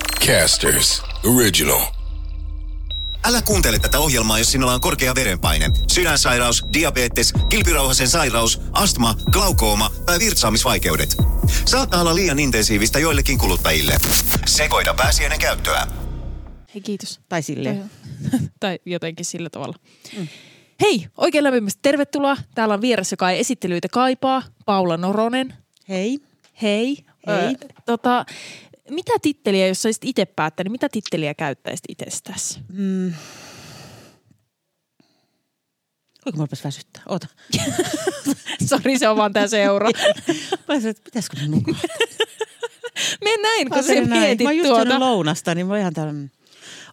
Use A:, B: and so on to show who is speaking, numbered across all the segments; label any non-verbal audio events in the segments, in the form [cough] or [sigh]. A: Podcasters Original.
B: Älä kuuntele tätä ohjelmaa, jos sinulla on korkea verenpaine, sydänsairaus, diabetes, kilpirauhasen sairaus, astma, glaukooma tai virtsaamisvaikeudet. Saattaa olla liian intensiivistä joillekin kuluttajille. Sekoita pääsi ennen käyttöä.
C: Hei kiitos.
D: Tai silleen.
C: [laughs] Tai jotenkin sillä tavalla.
D: Mm.
C: Hei, oikein lämpimästi tervetuloa. Täällä on vieras, joka ei esittelyitä kaipaa, Paula Noronen.
D: Hei.
C: Hei.
D: Hei.
C: tota, mitä titteliä, jos olisit itse päättänyt, mitä titteliä käyttäisit itsestäsi?
D: Kuinka mä rupesin väsyttää? Oota.
C: [laughs] Sori, se on vaan tää seura.
D: [laughs] Mä sanoin, että pitäisikö ne nukkua?
C: Me näin, kun
D: Mä
C: sä
D: ajattelin näin.
C: mietit
D: Mä oon just
C: tuota.
D: syönyt lounasta, niin mä oon ihan täällä...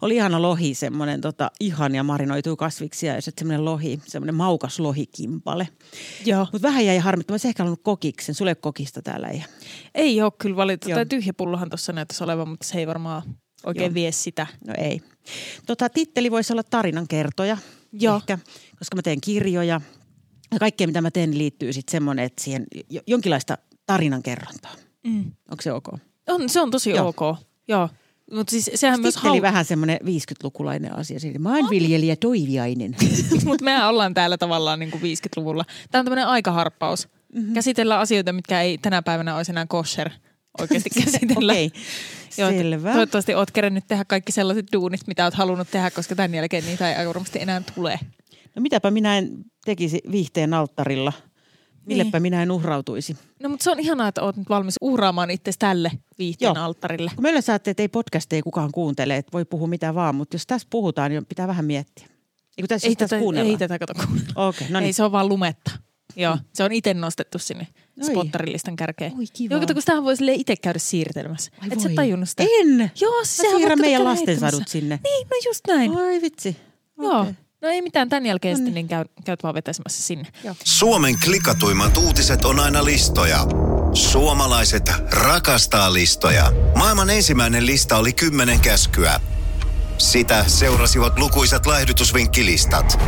D: Oli ihana lohi, semmoinen tota, ihania marinoituu kasviksia ja sitten semmoinen lohi, semmoinen maukas lohikimpale.
C: Joo.
D: Mutta vähän jäi harmittamaan, mä olisin ehkä halunnut kokiksen, sulle ei ole kokista täällä ei.
C: Ei ole kyllä valittu.
D: Joo.
C: Tämä tyhjä pullohan tuossa näyttäisi olevan, mutta se ei varmaan oikein
D: Joo.
C: vie sitä.
D: No ei. Tota, titteli voisi olla tarinankertoja
C: Joo.
D: ehkä, koska mä teen kirjoja. Ja kaikkea, mitä mä teen, niin liittyy sitten semmoinen, että siihen jo- jonkinlaista tarinankerrontaa.
C: Mm.
D: Onko se ok?
C: On, se on tosi
D: Joo.
C: ok. Joo. Mutta siis sehän myös No niin.
D: Titteli
C: hau...
D: vähän semmoinen 50-lukulainen asia. Siinä maanviljelijä
C: [laughs]
D: toiviainen.
C: Mutta mehän ollaan täällä tavallaan niin kuin 50-luvulla. Tämä on tämmöinen aikaharppaus. Mm-hmm. Käsitellään asioita, mitkä ei tänä päivänä olisi enää kosher
D: [laughs]
C: oikeasti käsitellä.
D: Okei,
C: Joo, et
D: selvä.
C: Toivottavasti oot kerennyt tehdä kaikki sellaiset duunit, mitä oot halunnut tehdä, koska tämän jälkeen niitä ei aika varmasti enää tule.
D: No mitäpä minä en tekisi viihteen alttarilla? Millepä
C: Niin.
D: minä en uhrautuisi?
C: No mutta se on ihanaa, että oot nyt valmis uhraamaan itsesi tälle viihteen
D: Joo.
C: alttarille.
D: Kun meillä saatte, että ei podcasteja kukaan kuuntele, että voi puhua mitä vaan, mutta jos tässä puhutaan, niin pitää vähän miettiä. Eikö tässä,
C: Ei
D: jos tässä
C: tätä,
D: Siis kuunnellaan?
C: ei tätä kato kuunnella.
D: Okei, no
C: Ei,
D: niin. Mm.
C: se on vaan lumetta. Joo, se on itse nostettu sinne
D: Oi.
C: spottarilistan kärkeen.
D: Oi, kiva.
C: Joo, kato, kun sitähän voi sille itse käydä siirtelmässä.
D: Ai
C: Et sä
D: voi.
C: tajunnut sitä?
D: En.
C: Joo,
D: Mä
C: sehän
D: siirrän
C: voi
D: meidän
C: käydä
D: lastensadut
C: heittämässä.
D: sinne.
C: Niin, no just näin.
D: Ai vitsi.
C: Joo.
D: Okei.
C: No ei mitään, tämän jälkeen sitten niin käy, käyt vaan vetäsemässä sinne.
B: Suomen klikatuimmat uutiset on aina listoja. Suomalaiset rakastaa listoja. Maailman ensimmäinen lista oli kymmenen käskyä. Sitä seurasivat lukuisat laihdutusvinkkilistat.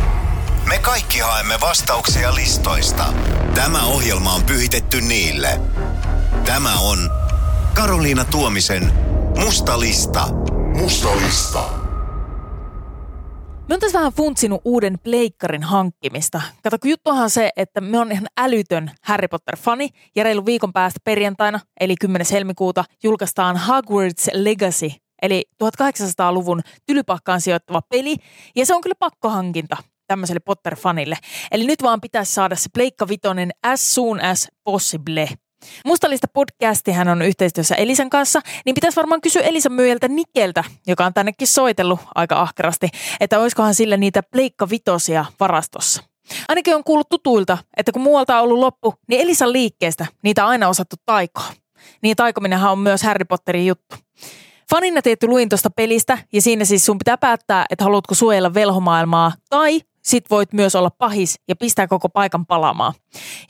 B: Me kaikki haemme vastauksia listoista. Tämä ohjelma on pyhitetty niille. Tämä on Karoliina Tuomisen Musta lista.
C: Me on tässä vähän funtsinut uuden pleikkarin hankkimista. Kato, kun juttuhan on se, että me on ihan älytön Harry Potter-fani ja reilun viikon päästä perjantaina, eli 10. helmikuuta, julkaistaan Hogwarts Legacy, eli 1800-luvun tylypahkaan sijoittava peli, ja se on kyllä pakkohankinta tämmöiselle Potter-fanille. Eli nyt vaan pitäisi saada se Pleikka Vitonen as soon as possible. Mustalista podcastihän on yhteistyössä Elisan kanssa, niin pitäisi varmaan kysyä Elisan myyjältä Nikeltä, joka on tännekin soitellut aika ahkerasti, että olisikohan sillä niitä pleikka vitosia varastossa. Ainakin on kuullut tutuilta, että kun muualta on ollut loppu, niin Elisan liikkeestä niitä on aina osattu taikoa. Niin taikominenhan on myös Harry Potterin juttu. Fanina tietty luin tuosta pelistä ja siinä siis sun pitää päättää, että haluatko suojella velhomaailmaa tai sit voit myös olla pahis ja pistää koko paikan palamaan.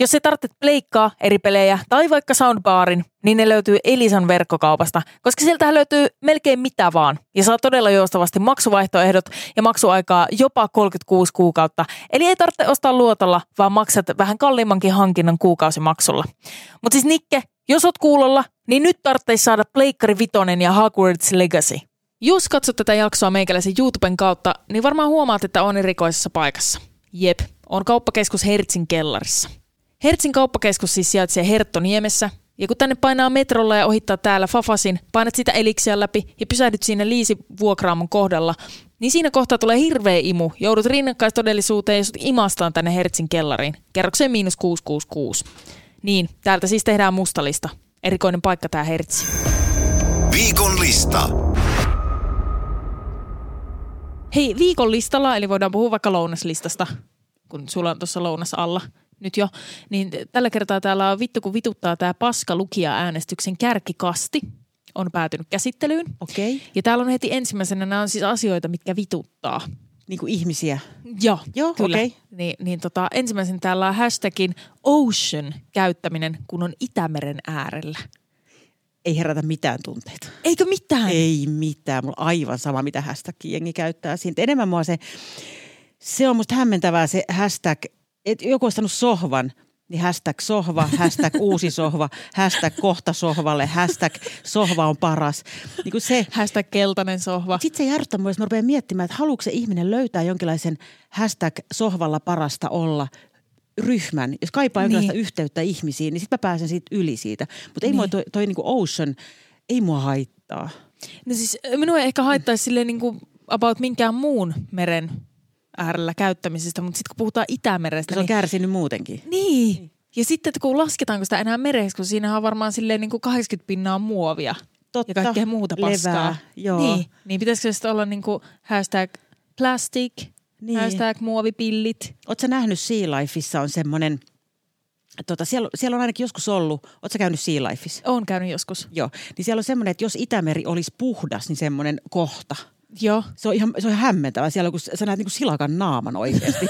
C: Jos sä tarvitset pleikkaa, eri pelejä tai vaikka soundbaarin, niin ne löytyy Elisan verkkokaupasta, koska sieltähän löytyy melkein mitä vaan. Ja saa todella joustavasti maksuvaihtoehdot ja maksuaikaa jopa 36 kuukautta. Eli ei tarvitse ostaa luotolla, vaan maksat vähän kalliimmankin hankinnan kuukausimaksulla. Mutta siis Nikke, jos oot kuulolla, niin nyt tarvitsisi saada Pleikkari Vitonen ja Hogwarts Legacy. Jos katsot tätä jaksoa meikäläisen YouTuben kautta, niin varmaan huomaat, että on erikoisessa paikassa. Jep, on kauppakeskus Hertzin kellarissa. Hertzin kauppakeskus siis sijaitsee Herttoniemessä, ja kun tänne painaa metrolla ja ohittaa täällä Fafasin, painat sitä eliksiä läpi ja pysähdyt siinä Liisi vuokraamon kohdalla, niin siinä kohtaa tulee hirveä imu. Joudut rinnakkaistodellisuuteen ja sut imastaan tänne Hertzin kellariin. Kerrokseen miinus 666. Niin, täältä siis tehdään mustalista. Erikoinen paikka tää Hertsi.
B: Viikon lista.
C: Hei, viikon listalla, eli voidaan puhua vaikka lounaslistasta, kun sulla on tuossa lounas alla nyt jo. Niin tällä kertaa täällä on vittu kun vituttaa tämä paska äänestyksen kärkikasti on päätynyt käsittelyyn.
D: Okei. Okay.
C: Ja täällä on heti ensimmäisenä, nämä on siis asioita, mitkä vituttaa.
D: Niin kuin ihmisiä.
C: Joo,
D: Joo,
C: kyllä.
D: okei.
C: Niin, niin tota, ensimmäisen täällä on hashtagin ocean käyttäminen, kun on Itämeren äärellä.
D: Ei herätä mitään tunteita.
C: Eikö mitään?
D: Ei mitään. Mulla on aivan sama, mitä hashtag jengi käyttää siitä. Enemmän mua se, se on musta hämmentävää se hashtag, että joku on ostanut sohvan. Niin hashtag sohva, hashtag uusi sohva, hashtag kohta sohvalle, hashtag sohva on paras. Niin kuin se,
C: Hashtag keltainen sohva.
D: sitten se järjestää myös, mä rupean miettimään, että haluatko se ihminen löytää jonkinlaisen hashtag sohvalla parasta olla ryhmän. Jos kaipaa
C: Niin.
D: jonkinlaista yhteyttä ihmisiin, niin sitten mä pääsen siitä yli siitä. Mutta ei mua toi, toi niinku ocean, ei mua haittaa.
C: No siis ö, minua ei ehkä haittaisi silleen niin kuin about minkään muun meren äärellä käyttämisestä, mutta sitten kun puhutaan Itämerestä,
D: Se on
C: niin,
D: kärsinyt muutenkin.
C: niin. Ja sitten, että kun lasketaanko sitä enää mereksi, kun siinähän on varmaan silleen niin kuin 80 pinnaa muovia
D: Totta,
C: ja kaikkea muuta
D: levää,
C: paskaa.
D: joo.
C: Niin, niin pitäisikö se sitten olla niin kuin hashtag plastic,
D: Niin.
C: niin. hashtag muovipillit.
D: Oletko nähnyt Sea Lifeissa on semmoinen, tota, siellä, siellä on ainakin joskus ollut, oletko käynyt Sea Lifeissa?
C: Olen käynyt joskus.
D: Joo, niin siellä on semmoinen, että jos Itämeri olisi puhdas, niin semmoinen kohta.
C: Joo. [laughs]
D: Se on ihan, se on ihan hämmentävää siellä, on, kun sä näet niin silakan naaman [laughs] oikeasti.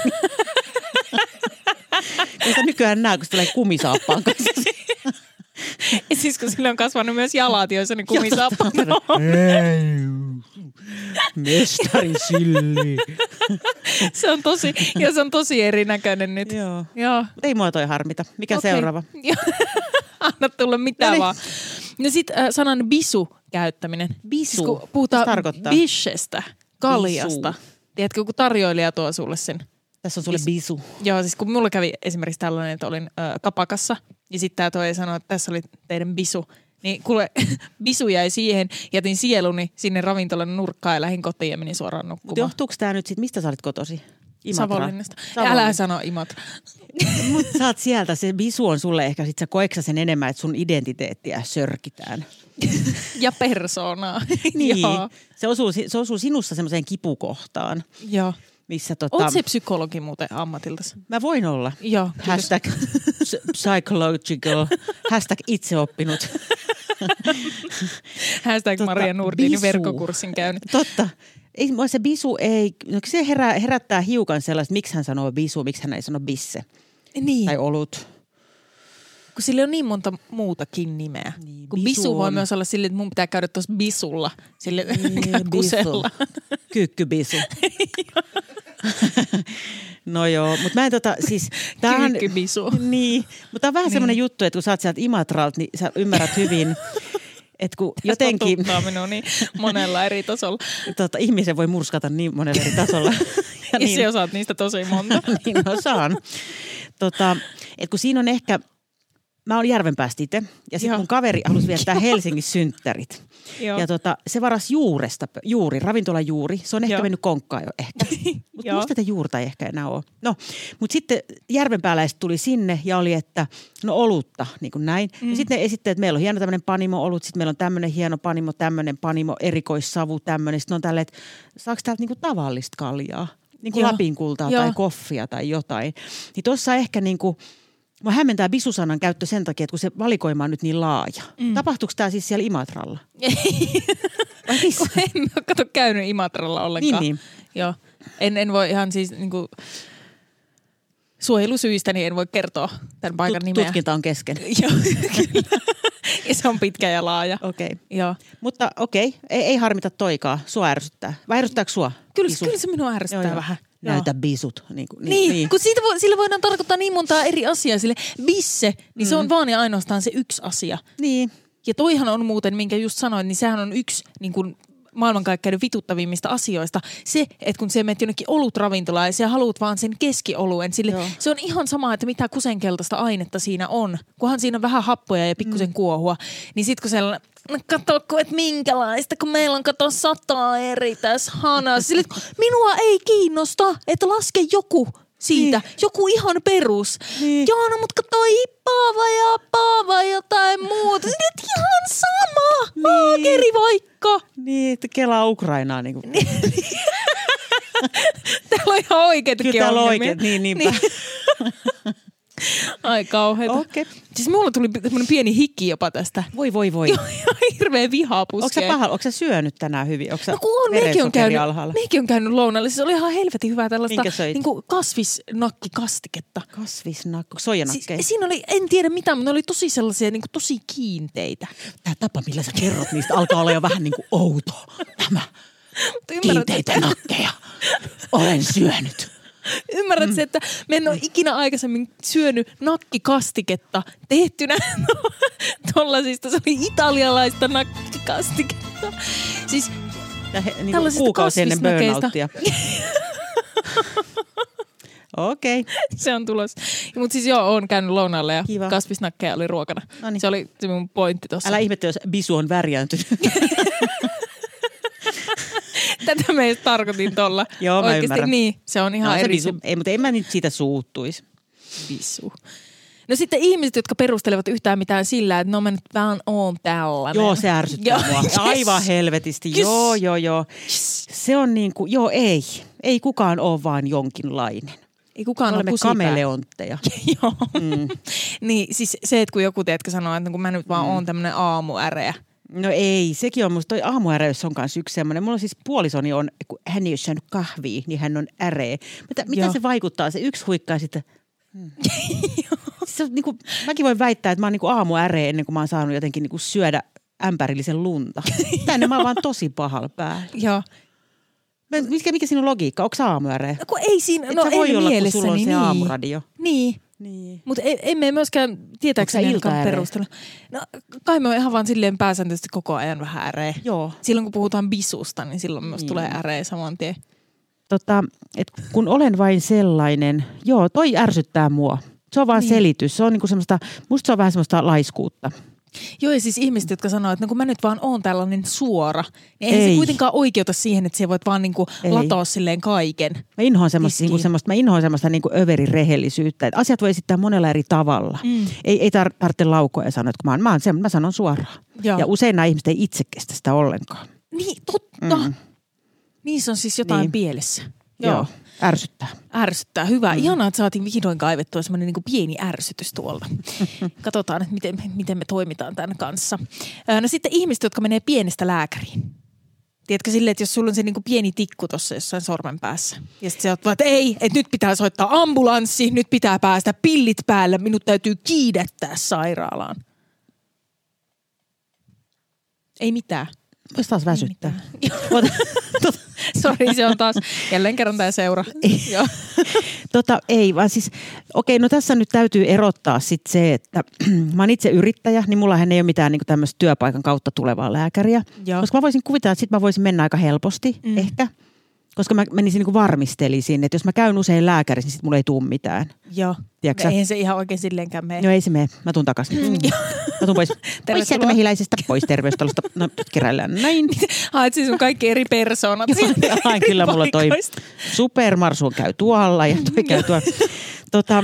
D: Ei sitä nykyään näe, kun se tulee kumisaappaan [laughs] kanssa.
C: Ja siis kun sille on kasvanut myös jalat, joissa ne kumisaappaat on.
D: Mestari silli.
C: [laughs] Se on tosi, ja se on tosi erinäköinen nyt.
D: Joo.
C: Joo.
D: Mut ei mua toi harmita. Mikä
C: Okei.
D: okay. seuraava?
C: [laughs] Joo. Anna tulla mitä
D: No niin.
C: vaan. No sit äh, sanan bisu käyttäminen.
D: Bisu?
C: Siis kun
D: Mitä se
C: puhutaan
D: tarkoittaa?
C: bishestä, kaljasta.
D: Bisu.
C: Tiedätkö, kun tarjoilija tuo sulle sen.
D: Tässä on sulle
C: Bis-
D: bisu.
C: Joo, siis kun mulla kävi esimerkiksi tällainen, että olin äh, kapakassa ja sitten tämä toi sanoi, että tässä oli teidän bisu. Niin kuule, [laughs] bisu jäi siihen, jätin sieluni sinne ravintolan nurkkaan ja lähdin kotiin ja menin suoraan
D: Mutta
C: nukkumaan.
D: johtuuko tämä nyt siitä, mistä sä olet kotosi?
C: Savonlinnasta.
D: Savonlinna.
C: Älä sano Imatra. [laughs]
D: Mut sä oot sieltä, se bisu on sulle ehkä, sit sä koeksa sen enemmän, että sun identiteettiä sörkitään.
C: Ja persoonaa. [laughs] Joo.
D: Joo. Se osuu, si- se osuu sinussa semmoiseen kipukohtaan,
C: Joo.
D: missä tota...
C: Oletko se psykologi muuten ammatiltasi?
D: Mä voin olla.
C: Joo, kiitos.
D: Hashtag ps- psychological. Hashtag itse oppinut.
C: Hashtag
D: Tota,
C: Maria Nurdinin
D: bisu.
C: verkkokurssin käynyt.
D: Totta. Ei, mua se bisu ei, no se herää, herättää hiukan sellaista, miksi hän sanoo bisu, miksi hän ei sano bisse
C: Niin,
D: tai olut.
C: kun sillä on niin monta muutakin nimeä.
D: Niin,
C: kun
D: bisu
C: bisu, Niin, voi
D: on-
C: myös olla sille, että mun pitää käydä tuossa bisulla. Sille [laughs]
D: Niin,
C: niinku kusella.
D: [laughs] Kyykkybisu. no joo, mutta mä en tota, siis...
C: [laughs]
D: tämähän-
C: Kyykkybisu.
D: Niin, mutta tää on vähän niin. semmoinen juttu, että kun sä oot sieltä Imatralta, niin sä ymmärrät hyvin, että kun
C: Jotenkin.
D: jotenkin
C: Totuttaa minua niin monella eri tasolla.
D: tota, ihmisen voi murskata niin monella eri tasolla.
C: [laughs] Ja niin.
D: niin,
C: Itse osaat niistä tosi [laughs] monta.
D: niin osaan. Tota, et kun siinä on ehkä, mä oon Järvenpäästä itse, ja sitten
C: Joo.
D: mun kaveri halusi viettää Helsingin synttärit.
C: Joo.
D: Ja tota, se varas juuresta, pö- juuri, ravintola juuri. Se on ehkä
C: Joo.
D: mennyt konkkaan jo
C: [laughs]
D: ehkä. Mutta
C: Joo.
D: musta tätä juurta ei ehkä enää ole. No, mutta sitten järvenpääläiset tuli sinne ja oli, että no olutta, niin kuin näin. Mm. Ja sitten ne esitti, että meillä on hieno tämmöinen panimo-olut, sitten meillä on tämmöinen hieno panimo, tämmöinen panimo, erikoissavu, tämmöinen. Sitten on tälleen, että saako täältä niinku tavallista kaljaa? Niin kuin
C: Joo.
D: Lapin kultaa
C: Joo.
D: tai koffia tai jotain. Niin tuossa ehkä niinku, Mä hämmentää bisusanan käyttö sen takia, että kun se valikoima on nyt niin laaja. Mm. Tapahtuuko tämä siis siellä
C: [laughs]
D: Imatralla? niin, Vai missä?
C: en ole kato käynyt Imatralla ollenkaan.
D: Niin,
C: Joo. En, en voi ihan siis niinku, suojelusyistä, niin en voi kertoa tämän paikan
D: Tut-
C: nimeä.
D: tutkinta on kesken.
C: [laughs] Joo, kyllä. ja se on pitkä ja laaja.
D: Okei. Okay.
C: Joo.
D: Mutta okei, ei, ei harmita toikaa. Sua ärsyttää. Vai ärsyttääkö sua?
C: Kyllä,
D: Bisu?
C: kyllä se minua ärsyttää
D: Joo, joo.
C: vähän.
D: Näytä bisut. Niin, kuin,
C: Niin, niin, kun siitä voi, sillä voidaan tarkoittaa niin montaa eri asiaa. Sille bisse, niin mm. se on vaan ja ainoastaan se yksi asia.
D: niin.
C: Ja toihan on muuten, minkä just sanoin, niin sehän on yksi niin kuin maailmankaikkeuden vituttavimmista asioista. Se, että kun sä menet jonnekin olutravintolaan ja sä haluat vaan sen keskioluen, sille,
D: Joo.
C: se on ihan sama, että mitä kusenkeltaista ainetta siinä on. Kunhan siinä on vähän happoja ja pikkusen mm. kuohua, niin sit kun siellä no kato, kun, et minkälaista, kun meillä on kato sataa eri tässä hanassa. Sille, että minua ei kiinnosta, että laske joku siitä. Niin. Joku ihan perus. Niin. Joo, no mutta kato ippaava ja appaava jotain muuta. Sille, että ihan sama. Niin. Aakeri vaikka.
D: Niin, että kelaa Ukrainaa. Niin kuin.
C: Täällä on ihan oikeitakin
D: Kyllä täällä on
C: ongelmia. Niin.
D: oikein. Niin, niinpä.
C: Ai kauheeta.
D: Okei.
C: Siis mulla tuli semmoinen pieni hiki jopa tästä.
D: Voi, voi, voi.
C: Joo, ihan hirveä vihaa
D: Onko sä
C: puskee.
D: paha? Onko sä syönyt tänään hyvin? Onko sä
C: No kun on, mekin on,
D: verensokeri
C: käynyt,
D: alhaalla?
C: mekin on käynyt lounaalle. Siis oli ihan helvetin hyvää tällaista
D: Minkä söit?
C: niin kuin kasvisnakkikastiketta.
D: Kasvisnakko,
C: Siis,
D: soijanakkeja.
C: siinä oli, en tiedä mitä, mutta ne oli tosi sellaisia niin kuin tosi kiinteitä.
D: Tämä tapa, millä sä kerrot niistä, alkaa olla jo vähän niin kuin outo. Nämä
C: Mutta ymmärrät,
D: kiinteitä nakkeja. Olen syönyt. Mm.
C: Ymmärrät se, että me en ole ikinä aikaisemmin syönyt nakkikastiketta tehtynä [laughs] tuollaisista. Se oli italialaista nakkikastiketta. Siis
D: Tää he- Niin kuin
C: Tällaisista
D: kuukausi ennen
C: kasvismakeista.
D: burnouttia. Okei. Okay.
C: se on tulos. Mutta siis joo, oon käynyt lounaalle ja
D: Kiva.
C: Kiva. kasvisnakkeja oli ruokana.
D: Noniin.
C: Se oli se mun pointti tuossa.
D: Älä ihmettä, jos bisu on värjääntynyt.
C: [laughs] Tätä me ei tarkoitin tuolla.
D: [laughs] Joo, mä
C: Oikeesti,
D: ymmärrän.
C: niin, se on [laughs] ihan
D: No,
C: no,
D: se
C: eri
D: bisu. Ei, mutta en mä nyt siitä suuttuisi.
C: visu. No sitten ihmiset, jotka perustelevat yhtään mitään sillä, että no mä nyt vaan oon tällainen.
D: Joo, se
C: [laughs]
D: ärsyttää
C: Joo,
D: mua.
C: yes.
D: Aivan helvetisti. Joo, joo, joo. Se on niin kuin, joo ei. Ei kukaan ole vaan jonkinlainen.
C: Ei kukaan
D: Me
C: ole
D: olemme
C: kusipää.
D: kameleontteja.
C: [laughs] Joo. Mm. niin siis se, että kun joku teetkö sanoo, että kun mä nyt vaan mm. oon tämmönen aamuäreä.
D: No ei, sekin on musta toi aamuäreys on kanssa yksi semmoinen. Mulla siis puolisoni on, kun hän ei ole syönyt kahvia, niin hän on äree. Mitä, mitä
C: Joo.
D: se vaikuttaa? Se yksi huikkaa sitten, hmm. [laughs] se on, niin kuin, mäkin voin väittää, että mä oon niin aamuäre ennen kuin mä oon saanut jotenkin niin kuin syödä ämpärillisen [laughs] lunta. Tänne mä oon vaan tosi pahalla päällä.
C: Joo.
D: Mä- Mikä, mikä siinä on logiikka? Onko ääre?
C: No kun ei siinä,
D: Et
C: no
D: sä
C: ei
D: voi olla, kun
C: mielessäni,
D: sulla on se
C: niin.
D: aamuradio.
C: Niin.
D: [laughs] Niin.
C: Mutta emme myöskään tietääkseni
D: Onks sä
C: ainakaan
D: iltaäreä?
C: perustella. No kai me on ihan vaan silleen pääsääntöisesti koko ajan vähän äreä.
D: Joo.
C: Silloin kun puhutaan bisusta, niin silloin myös tulee äreä saman tien.
D: Tota, et kun olen vain sellainen, joo, toi ärsyttää mua. Se on vaan niin. selitys. Se on niinku semmoista, musta se on vähän semmoista laiskuutta.
C: Joo, ja siis ihmiset, jotka sanoo, että no kun mä nyt vaan oon tällainen suora, niin eihän
D: Ei.
C: se kuitenkaan oikeuta siihen, että sä voit vaan niinku
D: Ei.
C: latoa silleen kaiken.
D: Mä inhoan semmoista,
C: Riskiin.
D: niinku semmoista, mä inhoan semmoista niinku överirehellisyyttä. Et asiat voi esittää monella eri tavalla. Mm. Ei, ei tar- tarvitse laukoja sanoa, että kun mä, oon, mä, oon se, mä sanon suoraan.
C: Joo.
D: Ja usein nämä ihmiset ei itse kestä sitä ollenkaan.
C: Niin, totta. Mm. Niissä on siis jotain
D: Niin.
C: niin. pielessä. Joo. Joo.
D: Ärsyttää.
C: Ärsyttää. Hyvä. Mm. Ihanaa, että saatiin vihdoin kaivettua semmoinen niin pieni ärsytys [laughs] tuolta. Katsotaan, että miten, miten me toimitaan tämän kanssa. Ö, No sitten ihmiset, jotka menee pienestä lääkäriin. Tiedätkö silleen, että jos sulla on se niin kuin pieni tikku tuossa jossain sormen päässä. Ja sitten sä oot vaan, että ei, että nyt pitää soittaa ambulanssi, nyt pitää päästä pillit päällä, minut täytyy kiidättää sairaalaan. Ei mitään.
D: Voisi taas väsyttää.
C: Ota- tota, [laughs] Sori, se on taas jälleen kerran tämä [laughs] seura. Joo.
D: Tota, ei, vaan siis, okei, no tässä nyt täytyy erottaa sit se, että [clears throat] mä oon itse yrittäjä, niin mullahan ei ole mitään niinku tämmöistä työpaikan kautta tulevaa lääkäriä. Joo.
C: Joo.
D: Koska mä voisin kuvitella, että sit mä voisin mennä aika helposti, mm. ehkä. Koska mä menisin niinku varmistelisin, että jos mä käyn usein lääkärissä, niin sit mulla ei tuu mitään.
C: Joo.
D: Tiedätkö sä?
C: Eihän se ihan oikein silleenkään mene.
D: No ei se mene, mä tuun takaisin. Mm. Mä tuun pois. Pois sieltä mehiläisestä, pois terveystalosta. No nyt keräillään näin.
C: Haet siis sun kaikki eri persoonat.
D: [laughs]
C: sieltä
D: Ai,
C: eri
D: kyllä mulla toi
C: paikoista.
D: supermarsu käy tuolla ja toi käy tuolla. Tota,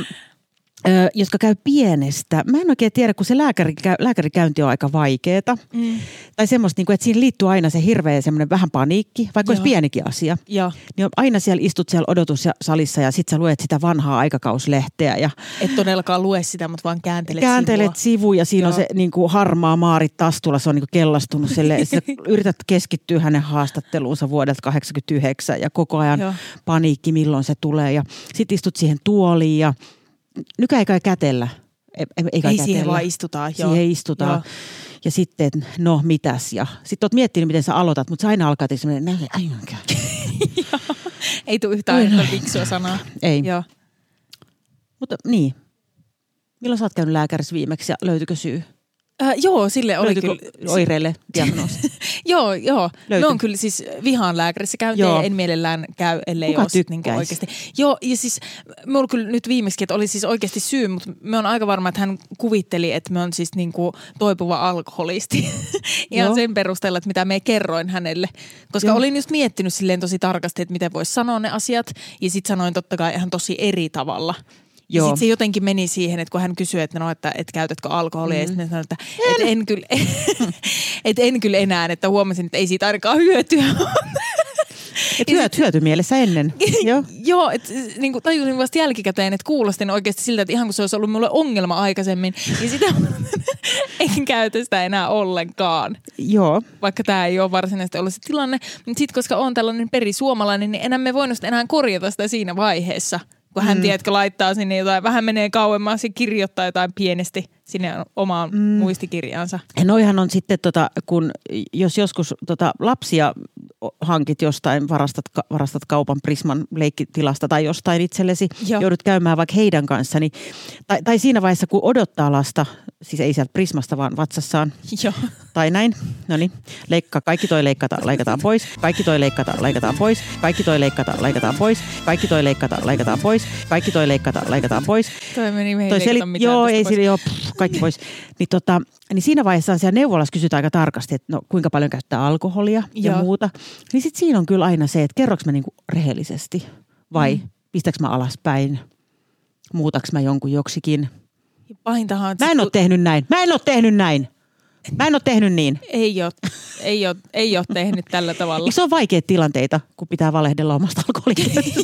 D: ö, jotka käy pienestä. Mä en oikein tiedä, kun se lääkäri, lääkärikäynti on aika vaikeeta. Mm. Tai semmoista, niinku, että siinä liittyy aina se hirveä semmoinen vähän paniikki, vaikka olisi
C: Joo.
D: pienikin asia.
C: Joo.
D: Niin on aina siellä istut siellä odotussalissa ja sit sä luet sitä vanhaa aikakauslehteä ja
C: Et todellakaan lue sitä, mutta vaan kääntelet,
D: kääntelet
C: sivua.
D: sivuja. Siinä on
C: Joo.
D: se niin kuin harmaa maari tastulla, se on niin kuin kellastunut
C: [laughs]
D: sille. Sä yrität keskittyä hänen haastatteluunsa vuodelta 89 ja koko ajan Joo.
C: Joo.
D: paniikki, milloin se tulee. Ja sit istut siihen tuoliin ja nykä ei kai kätellä. Ei, ei, ei, kai
C: Ei
D: kätellä.
C: siihen vaan istutaan. Joo.
D: Siihen istutaan. Joo.
C: Joo.
D: Ja sitten, että no mitäs. Ja sitten oot miettinyt, miten sä aloitat, mutta sä aina alkaa tehdä semmoinen, näin, ai, ai, ai.
C: Ei tule yhtään yhtä fiksua sanaa.
D: ei.
C: Joo.
D: Mutta niin. Milloin sä oot käynyt lääkärissä viimeksi ja löytyykö syy?
C: Äh, joo, sille oli
D: Löytyykö
C: kyllä. [laughs] Siis-
D: oireille diagnoosi?
C: Joo, joo.
D: Löytyi.
C: Löytyi. No on kyllä siis vihaan lääkärissä käynti,
D: Joo.
C: joo. en mielellään käy, ellei
D: Kuka
C: ole sit niinku
D: tykkäis?
C: oikeasti. Joo, ja siis mulla kyllä nyt viimeksi, että oli siis oikeasti syy, mutta me on aika varma, että hän kuvitteli, että me on siis niinku toipuva alkoholisti. [laughs] Ihan
D: Joo.
C: joo. sen perusteella, että mitä me kerroin hänelle. Koska
D: Joo.
C: joo. olin just miettinyt silleen tosi tarkasti, että miten voisi sanoa ne asiat, ja sitten sanoin totta kai ihan tosi eri tavalla. Ja
D: Joo.
C: sitten se jotenkin meni siihen, että kun hän kysyi, että no, että, että käytätkö alkoholia, mm. ja sitten mä sanoin, että et en, kyllä, [laughs] et en kyllä enää, että huomasin, että ei siitä ainakaan hyötyä.
D: Et hyöt, hyötymielessä [laughs] ennen. Joo.
C: [laughs] Joo, että niin kuin tajusin vasta jälkikäteen, että kuulostin oikeasti siltä, että ihan kun se olisi ollut mulle ongelma aikaisemmin, niin sitä [laughs] en käytä sitä enää ollenkaan.
D: Joo.
C: Vaikka tämä ei ole varsinaisesti ollut se tilanne, mutta sitten koska on tällainen perisuomalainen, niin enää me voinut enää korjata sitä siinä vaiheessa. Kun hän, mm. tiedätkö, laittaa sinne jotain, vähän menee kauemmas ja kirjoittaa jotain pienesti sinne omaan mm. muistikirjaansa. [laughs]
D: Ja Noihan on sitten, tota, kun jos joskus tota, lapsia hankit jostain, varastat, ka- varastat kaupan Prisman leikkitilasta tai jostain itsellesi,
C: Joo.
D: Joo. joudut käymään vaikka heidän kanssa, niin, tai, tai siinä vaiheessa kun odottaa lasta, siis ei sieltä Prismasta vaan vatsassaan,
C: Joo.
D: tai näin, no niin, leikkaa, kaikki toi leikataan, leikataan pois, kaikki toi leikataan, leikataan pois, kaikki toi leikataan, leikataan pois, kaikki toi leikataan, leikataan pois, kaikki toi leikataan, leikataan pois,
C: Toi meni, me ei
D: Toi
C: leikata
D: sel-
C: mitään
D: joo,
C: tästä
D: ei
C: pois.
D: sille, joo, pff, kaikki pois. Niin, tota, niin siinä vaiheessa siellä neuvolassa kysytään aika tarkasti, että no, kuinka paljon käyttää alkoholia ja
C: Joo.
D: muuta. Niin sitten siinä on kyllä aina se, että kerroks mä niinku rehellisesti vai mm. pistäks mä alaspäin, muutaks mä jonkun joksikin.
C: Pahintahan, on,
D: Mä en
C: että
D: ole tehnyt näin, mä en ole tehnyt näin, mä en ole tehnyt niin.
C: ei ole, ei ole, ei ole tehnyt
D: [laughs]
C: tällä tavalla.
D: Eikö se on vaikeita tilanteita, kun pitää valehdella omasta
C: [laughs]
D: alkoholikäytöstä?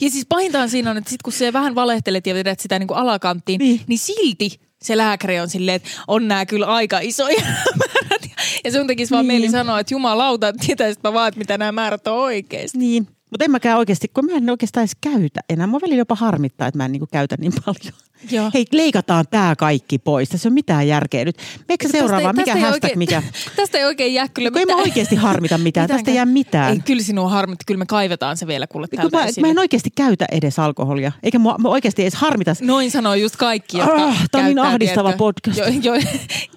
C: ja siis pahintaan siinä on, että sit kun se vähän valehtelet ja vedät sitä niin kuin alakanttiin, niin.
D: Niin.
C: niin silti se lääkäri on silleen, että on nämä kyllä aika isoja [laughs] määrät. Ja sun tekisi vaan
D: Niin.
C: mieli sanoa, että jumalauta, että tietäisit mä vaan, että mitä nämä määrät on oikeasti.
D: niin. Mutta en mäkään oikeasti, kun mä en oikeastaan edes käytä enää. Mua välillä jopa harmittaa, että mä en niinku käytä niin paljon.
C: Joo.
D: Hei, leikataan tämä kaikki pois. Tässä on mitään järkeä nyt. Meikö seuraavaan? Mikä hashtag
C: oikein, [laughs]
D: mikä?
C: Tästä ei oikein jää kyllä
D: Kun ei mä oikeasti harmita mitään. Tästä ei jää mitään.
C: Ei, kyllä sinua harmitti, kyllä me kaivetaan se vielä kuule
D: Kun
C: täältä
D: mä,
C: esille.
D: mä en oikeasti käytä edes alkoholia. Eikä mua, mä oikeasti edes harmita. No.
C: Noin sanoo just kaikki, jotka
D: Ah, tää on niin
C: käyttää,
D: ahdistava
C: tiedätkö,
D: podcast.
C: Jo, jo,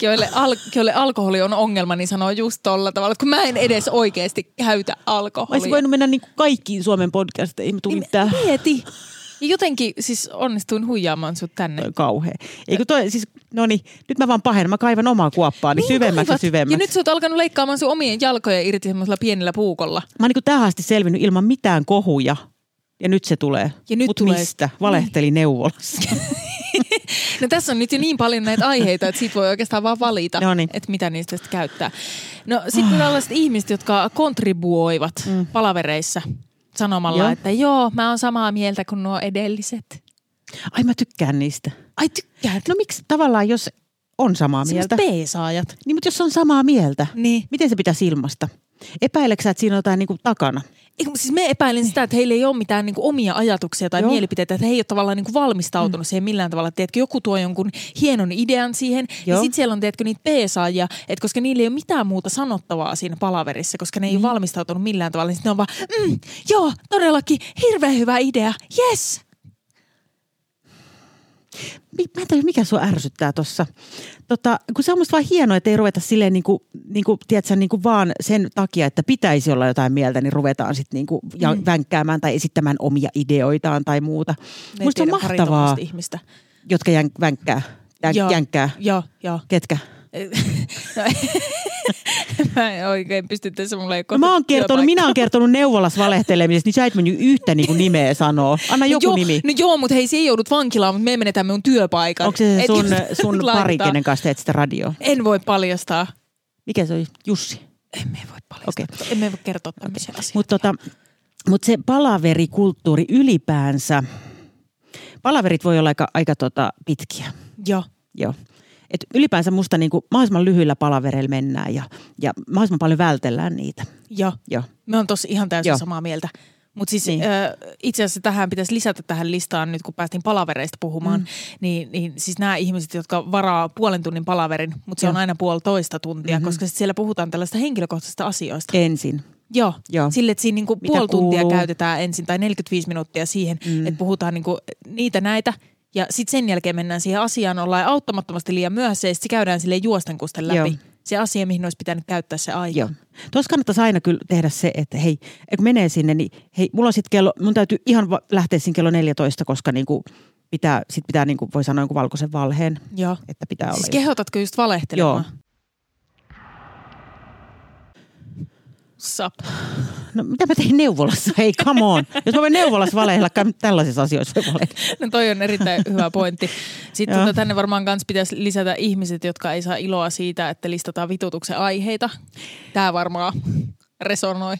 C: joille, al, joille alkoholi on ongelma, niin sanoo just tolla tavalla, että kun mä en edes oikeasti käytä
D: Mä olisin
C: alkoholia. Niin
D: voinut mennä niin kaikkiin Suomen podcasteihin. Mä tulin tää.
C: Mieti. Ja jotenkin siis onnistuin huijaamaan sut tänne.
D: Toi on [laughs] kauhea. Eikö toi, siis, no niin, nyt mä vaan pahen. Mä kaivan omaa kuoppaani niin syvemmäksi
C: kaivat.
D: ja syvemmäksi.
C: Ja nyt sä oot alkanut leikkaamaan sun omien jalkojen irti semmoisella pienellä puukolla.
D: Mä oon niin tähän asti selvinnyt ilman mitään kohuja. Ja nyt se tulee.
C: Ja nyt
D: Mut
C: tulee. Niin.
D: mistä? Valehteli neuvolassa.
C: No tässä on nyt jo niin paljon näitä aiheita, että siitä voi oikeastaan vaan valita,
D: No niin.
C: että mitä niistä sitten käyttää. No sitten tällaiset ihmiset, jotka kontribuoivat mm. palavereissa sanomalla, joo.
D: Joo.
C: että joo, mä oon samaa mieltä kuin nuo edelliset.
D: Ai mä tykkään niistä.
C: Ai tykkäät.
D: No miksi tavallaan, jos on samaa mieltä?
C: Semmoiset peesaajat.
D: Niin, mutta jos on samaa mieltä,
C: Niin.
D: miten se pitäisi ilmaista? Epäileksä, että siinä on jotain niinku takana?
C: Ei, kun Siis me epäilen sitä, että heillä ei ole mitään niinku omia ajatuksia tai Joo.
D: Niin. Joo.
C: mielipiteitä, että he ei ole tavallaan niinku valmistautunut mm. siihen millään tavalla. Tiedätkö, joku tuo jonkun hienon idean siihen, Joo. ja
D: Joo.
C: sitten siellä on tiedätkö, niitä peesaajia, että koska niillä ei ole mitään muuta sanottavaa siinä palaverissa, koska ne ei
D: Mm.
C: ole valmistautunut millään tavalla, niin sitten ne on vaan, mm, joo, todellakin, hirveän hyvä idea, yes!
D: Mi- Mä en tiedä, mikä sua ärsyttää tuossa. Tota, kun se on musta vaan hienoa, että ei ruveta silleen niinku, niinku, tiedätkö, niinku vaan sen takia, että pitäisi olla jotain mieltä, niin ruvetaan sitten niinku ja- vänkkäämään tai esittämään omia ideoitaan tai muuta.
C: Mm. Ne ei
D: musta on
C: tiedä pari
D: mahtavaa,
C: tommosta ihmistä.
D: jotka jän- vänkkää, jän-
C: Joo,
D: jänkkää.
C: Joo, joo. [laughs]
D: Ketkä?
C: No, mä en oikein pysty tässä mulle ei
D: No mä oon kertonut, minä oon kertonut neuvolas valehtelemisesta, niin sä et mennyt yhtä niinku nimeä sanoa. Anna joku
C: joo,
D: nimi.
C: No joo, mutta hei, se ei joudut vankilaan, mutta me menetämme mun työpaikan.
D: Onko se
C: Et
D: se sun,
C: [laughs] jos-
D: sun
C: laittaa.
D: pari, kenen kanssa teet sitä radioa?
C: En voi paljastaa.
D: Mikä se oli? Jussi.
C: Emme voi paljastaa. Okay. Emme voi kertoa tämmöisiä okay. asioita.
D: Mutta tota, mut se palaverikulttuuri ylipäänsä, palaverit voi olla aika, aika tota pitkiä.
C: Joo.
D: Joo. Et ylipäänsä musta niinku mahdollisimman lyhyillä palavereilla mennään ja, ja mahdollisimman paljon vältellään niitä.
C: Joo.
D: Joo.
C: Me on tossa ihan täysin Joo.
D: Joo.
C: samaa mieltä. Mutta siis niin.
D: Niin.
C: ö, itse asiassa tähän pitäisi lisätä tähän listaan nyt, kun päästiin palavereista puhumaan. Mm. Niin, niin siis nämä ihmiset, jotka varaa puolen tunnin palaverin, mutta se
D: Joo.
C: on aina puolitoista tuntia, mm-hmm. koska sit siellä puhutaan tällaista henkilökohtaisista asioista.
D: Ensin.
C: Joo, Joo.
D: Joo.
C: sille että siinä niinku
D: Mitä
C: puoli tuntia
D: kuuluu?
C: käytetään ensin tai 45 minuuttia siihen, mm. että puhutaan niinku niitä näitä. Ja sitten sen jälkeen mennään siihen asiaan, ollaan auttamattomasti liian myöhässä ja sit se käydään sille juostenkusten läpi. Joo.
D: Joo.
C: Se asia, mihin olisi pitänyt käyttää se aika.
D: Joo. Tuossa kannattaisi aina kyllä tehdä se, että hei, kun menee sinne, niin hei, mulla on sit kello, mun täytyy ihan va- lähteä siinä kello 14, koska niinku pitää, sit pitää niinku, voi sanoa jonkun valkoisen valheen,
C: Joo.
D: että pitää olla.
C: Siis
D: just-
C: kehotatko just valehtelemaan? Joo. Sap.
D: No mitä mä tein neuvolassa? Hei, come on. Jos mä voin neuvolassa valehdella, kai mä tällaisissa asioissa voi valehdella.
C: [laughs] No toi on
D: [laughs]
C: erittäin hyvä pointti. Sitten
D: Joo.
C: tota, tänne varmaan kans pitäisi lisätä ihmiset, jotka ei saa iloa siitä, että listataan vitutuksen aiheita. Tää varmaan resonoi.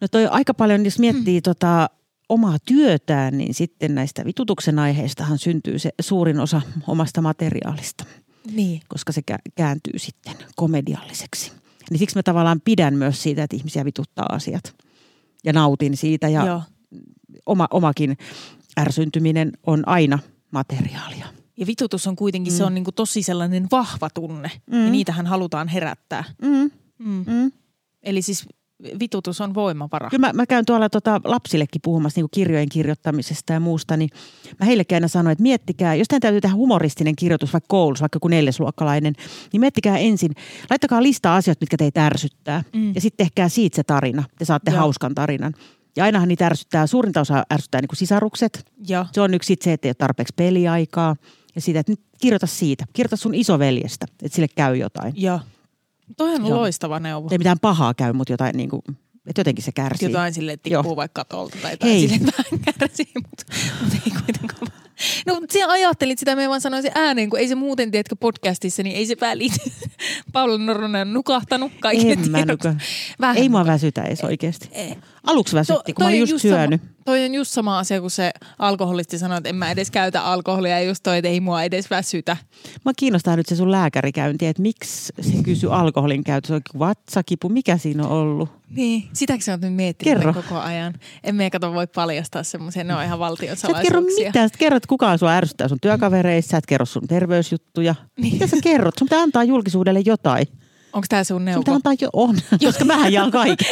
D: No toi aika paljon, jos miettii tota omaa työtään, niin sitten näistä vitutuksen aiheistahan syntyy se suurin osa omasta materiaalista,
C: Niin.
D: koska se kä- kääntyy sitten komedialliseksi. Niin siksi mä tavallaan pidän myös siitä, että ihmisiä vituttaa asiat ja nautin siitä ja
C: Joo.
D: oma, omakin ärsyntyminen on aina materiaalia.
C: Ja vitutus on kuitenkin, mm. se on niinku tosi sellainen vahva tunne. Mm. Ja niitähän halutaan herättää.
D: Mm.
C: Mm.
D: Mm.
C: Eli siis vitutus on voimavara.
D: Kyllä mä, mä käyn tuolla tota lapsillekin puhumassa niin kirjojen kirjoittamisesta ja muusta, niin mä heillekin aina sanon, että miettikää, jos teidän täytyy tehdä humoristinen kirjoitus vaikka koulussa, vaikka joku neljäsluokkalainen, niin miettikää ensin, laittakaa lista asioita, mitkä teitä ärsyttää
C: Mm.
D: mm. ja sitten tehkää siitä se tarina. Te saatte
C: Joo.
D: Joo. hauskan tarinan. Ja ainahan niitä ärsyttää, suurinta osa ärsyttää niin kuin sisarukset.
C: Ja.
D: Se on yksi sit se, että ei ole tarpeeksi peliaikaa ja siitä, että nyt kirjoita siitä. Kirjoita sun isoveljestä, että sille käy jotain.
C: ja. Toi on
D: Joo.
C: loistava neuvo.
D: Ei mitään pahaa käy, mutta jotain niin kuin, että jotenkin se kärsii.
C: Jotain sille tippuu
D: Joo.
C: vaikka katolta tai jotain
D: Hei.
C: silleen vähän kärsii, mutta, mutta ei kuitenkaan. No mutta siellä ajattelin sitä, me vaan sanoin se ääneen, kun ei se muuten, tiedätkö, podcastissa, niin ei se välitä. [laughs] Paula Norunen on nukahtanut kaiken
D: En Niin, mä
C: tiedoksi.
D: nuka-
C: Vähän
D: Ei mua väsytä edes oikeasti.
C: ei.
D: Aluksi väsytti, kun mä
C: on
D: olin just syönyt.
C: Sama, toi on just sama asia, kun se alkoholisti sanoi, että en mä edes käytä alkoholia ja just toi, että ei mua edes väsytä.
D: Mä kiinnostaa nyt se sun lääkärikäynti, että miksi se kysyi alkoholin käytössä, Oliko vatsakipu, mikä siinä on ollut?
C: Niin, sitäkö sä oot nyt miettinyt
D: Kerro.
C: tämän koko ajan? En meidän kato voi paljastaa semmoisia, ne on ihan valtion
D: Sä et kerro
C: salaisuuksia.
D: mitään, sä kerrot kukaan sua ärsyttää sun työkavereissa, sä et kerro sun terveysjuttuja.
C: Niin.
D: Mitä sä kerrot? Sun pitää antaa julkisuudelle jotain. Sun
C: Onko tämä sun
D: pitää
C: neuvo?
D: antaa jo
C: [laughs]
D: on, koska mähän jaan kaiken.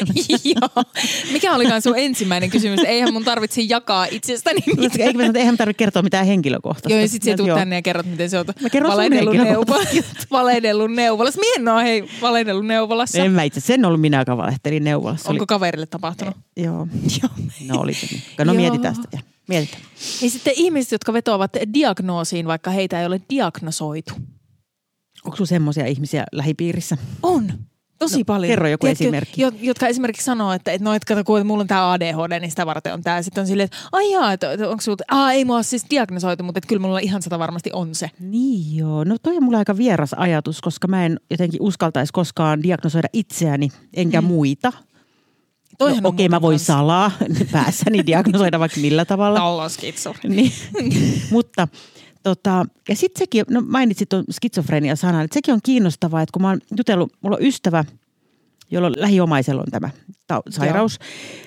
C: Joo. Mikä olikaan sun ensimmäinen kysymys? Eihän mun tarvitse jakaa itsestäni
D: Eikä mä
C: mitään.
D: sano, että eihän mä tarvitse kertoa mitään henkilökohtaista.
C: Joo, ja sit sä
D: Mä-
C: tuut
D: joo.
C: tänne ja kerrot, miten se on
D: Mä kerron sun
C: valehdellut, neuvo-
D: henkilökohtaiset
C: [laughs] valehdellut neuvolassa. Mie en oo, hei, valehdellut neuvolassa.
D: En mä itse, sen ollut minä, joka valehtelin neuvolassa. Se
C: Onko
D: oli-
C: kaverille tapahtunut?
D: [laughs] Joo,
C: Joo.
D: no oli se. niin. No
C: Joo.
D: mietitään sitä. vielä. Mietitään.
C: Ja Niin sitten ihmiset, jotka vetoavat diagnoosiin, vaikka heitä ei ole diagnosoitu.
D: Onko sinulla semmoisia ihmisiä lähipiirissä?
C: On. Tosi no, paljon.
D: kerro joku esimerkki.
C: Jo, jotka esimerkiksi sanoo, että, että no, että kato, kun että mulla on tämä ADHD, niin sitä varten on tämä. Sitten on silleen, että ai jaa, että, että onko sulta, aa, ei mua ole siis diagnosoitu, mutta että kyllä mulla ihan sata varmasti on se.
D: Niin joo, no toi on mulle aika vieras ajatus, koska mä en jotenkin uskaltaisi koskaan diagnosoida itseäni enkä mm. muita. No,
C: Toihan on
D: okei, mä
C: muuten
D: voin
C: kans
D: salaa [laughs] päässäni diagnosoida vaikka millä tavalla.
C: Tallonskitsu.
D: niin. [laughs] Mutta tota, ja sitten sekin, no mainitsit tuon skitsofrenia-sanan, että sekin on kiinnostavaa, että kun mä oon jutellut, mulla on ystävä, jolla on- lähiomaisella on tämä ta- sairaus,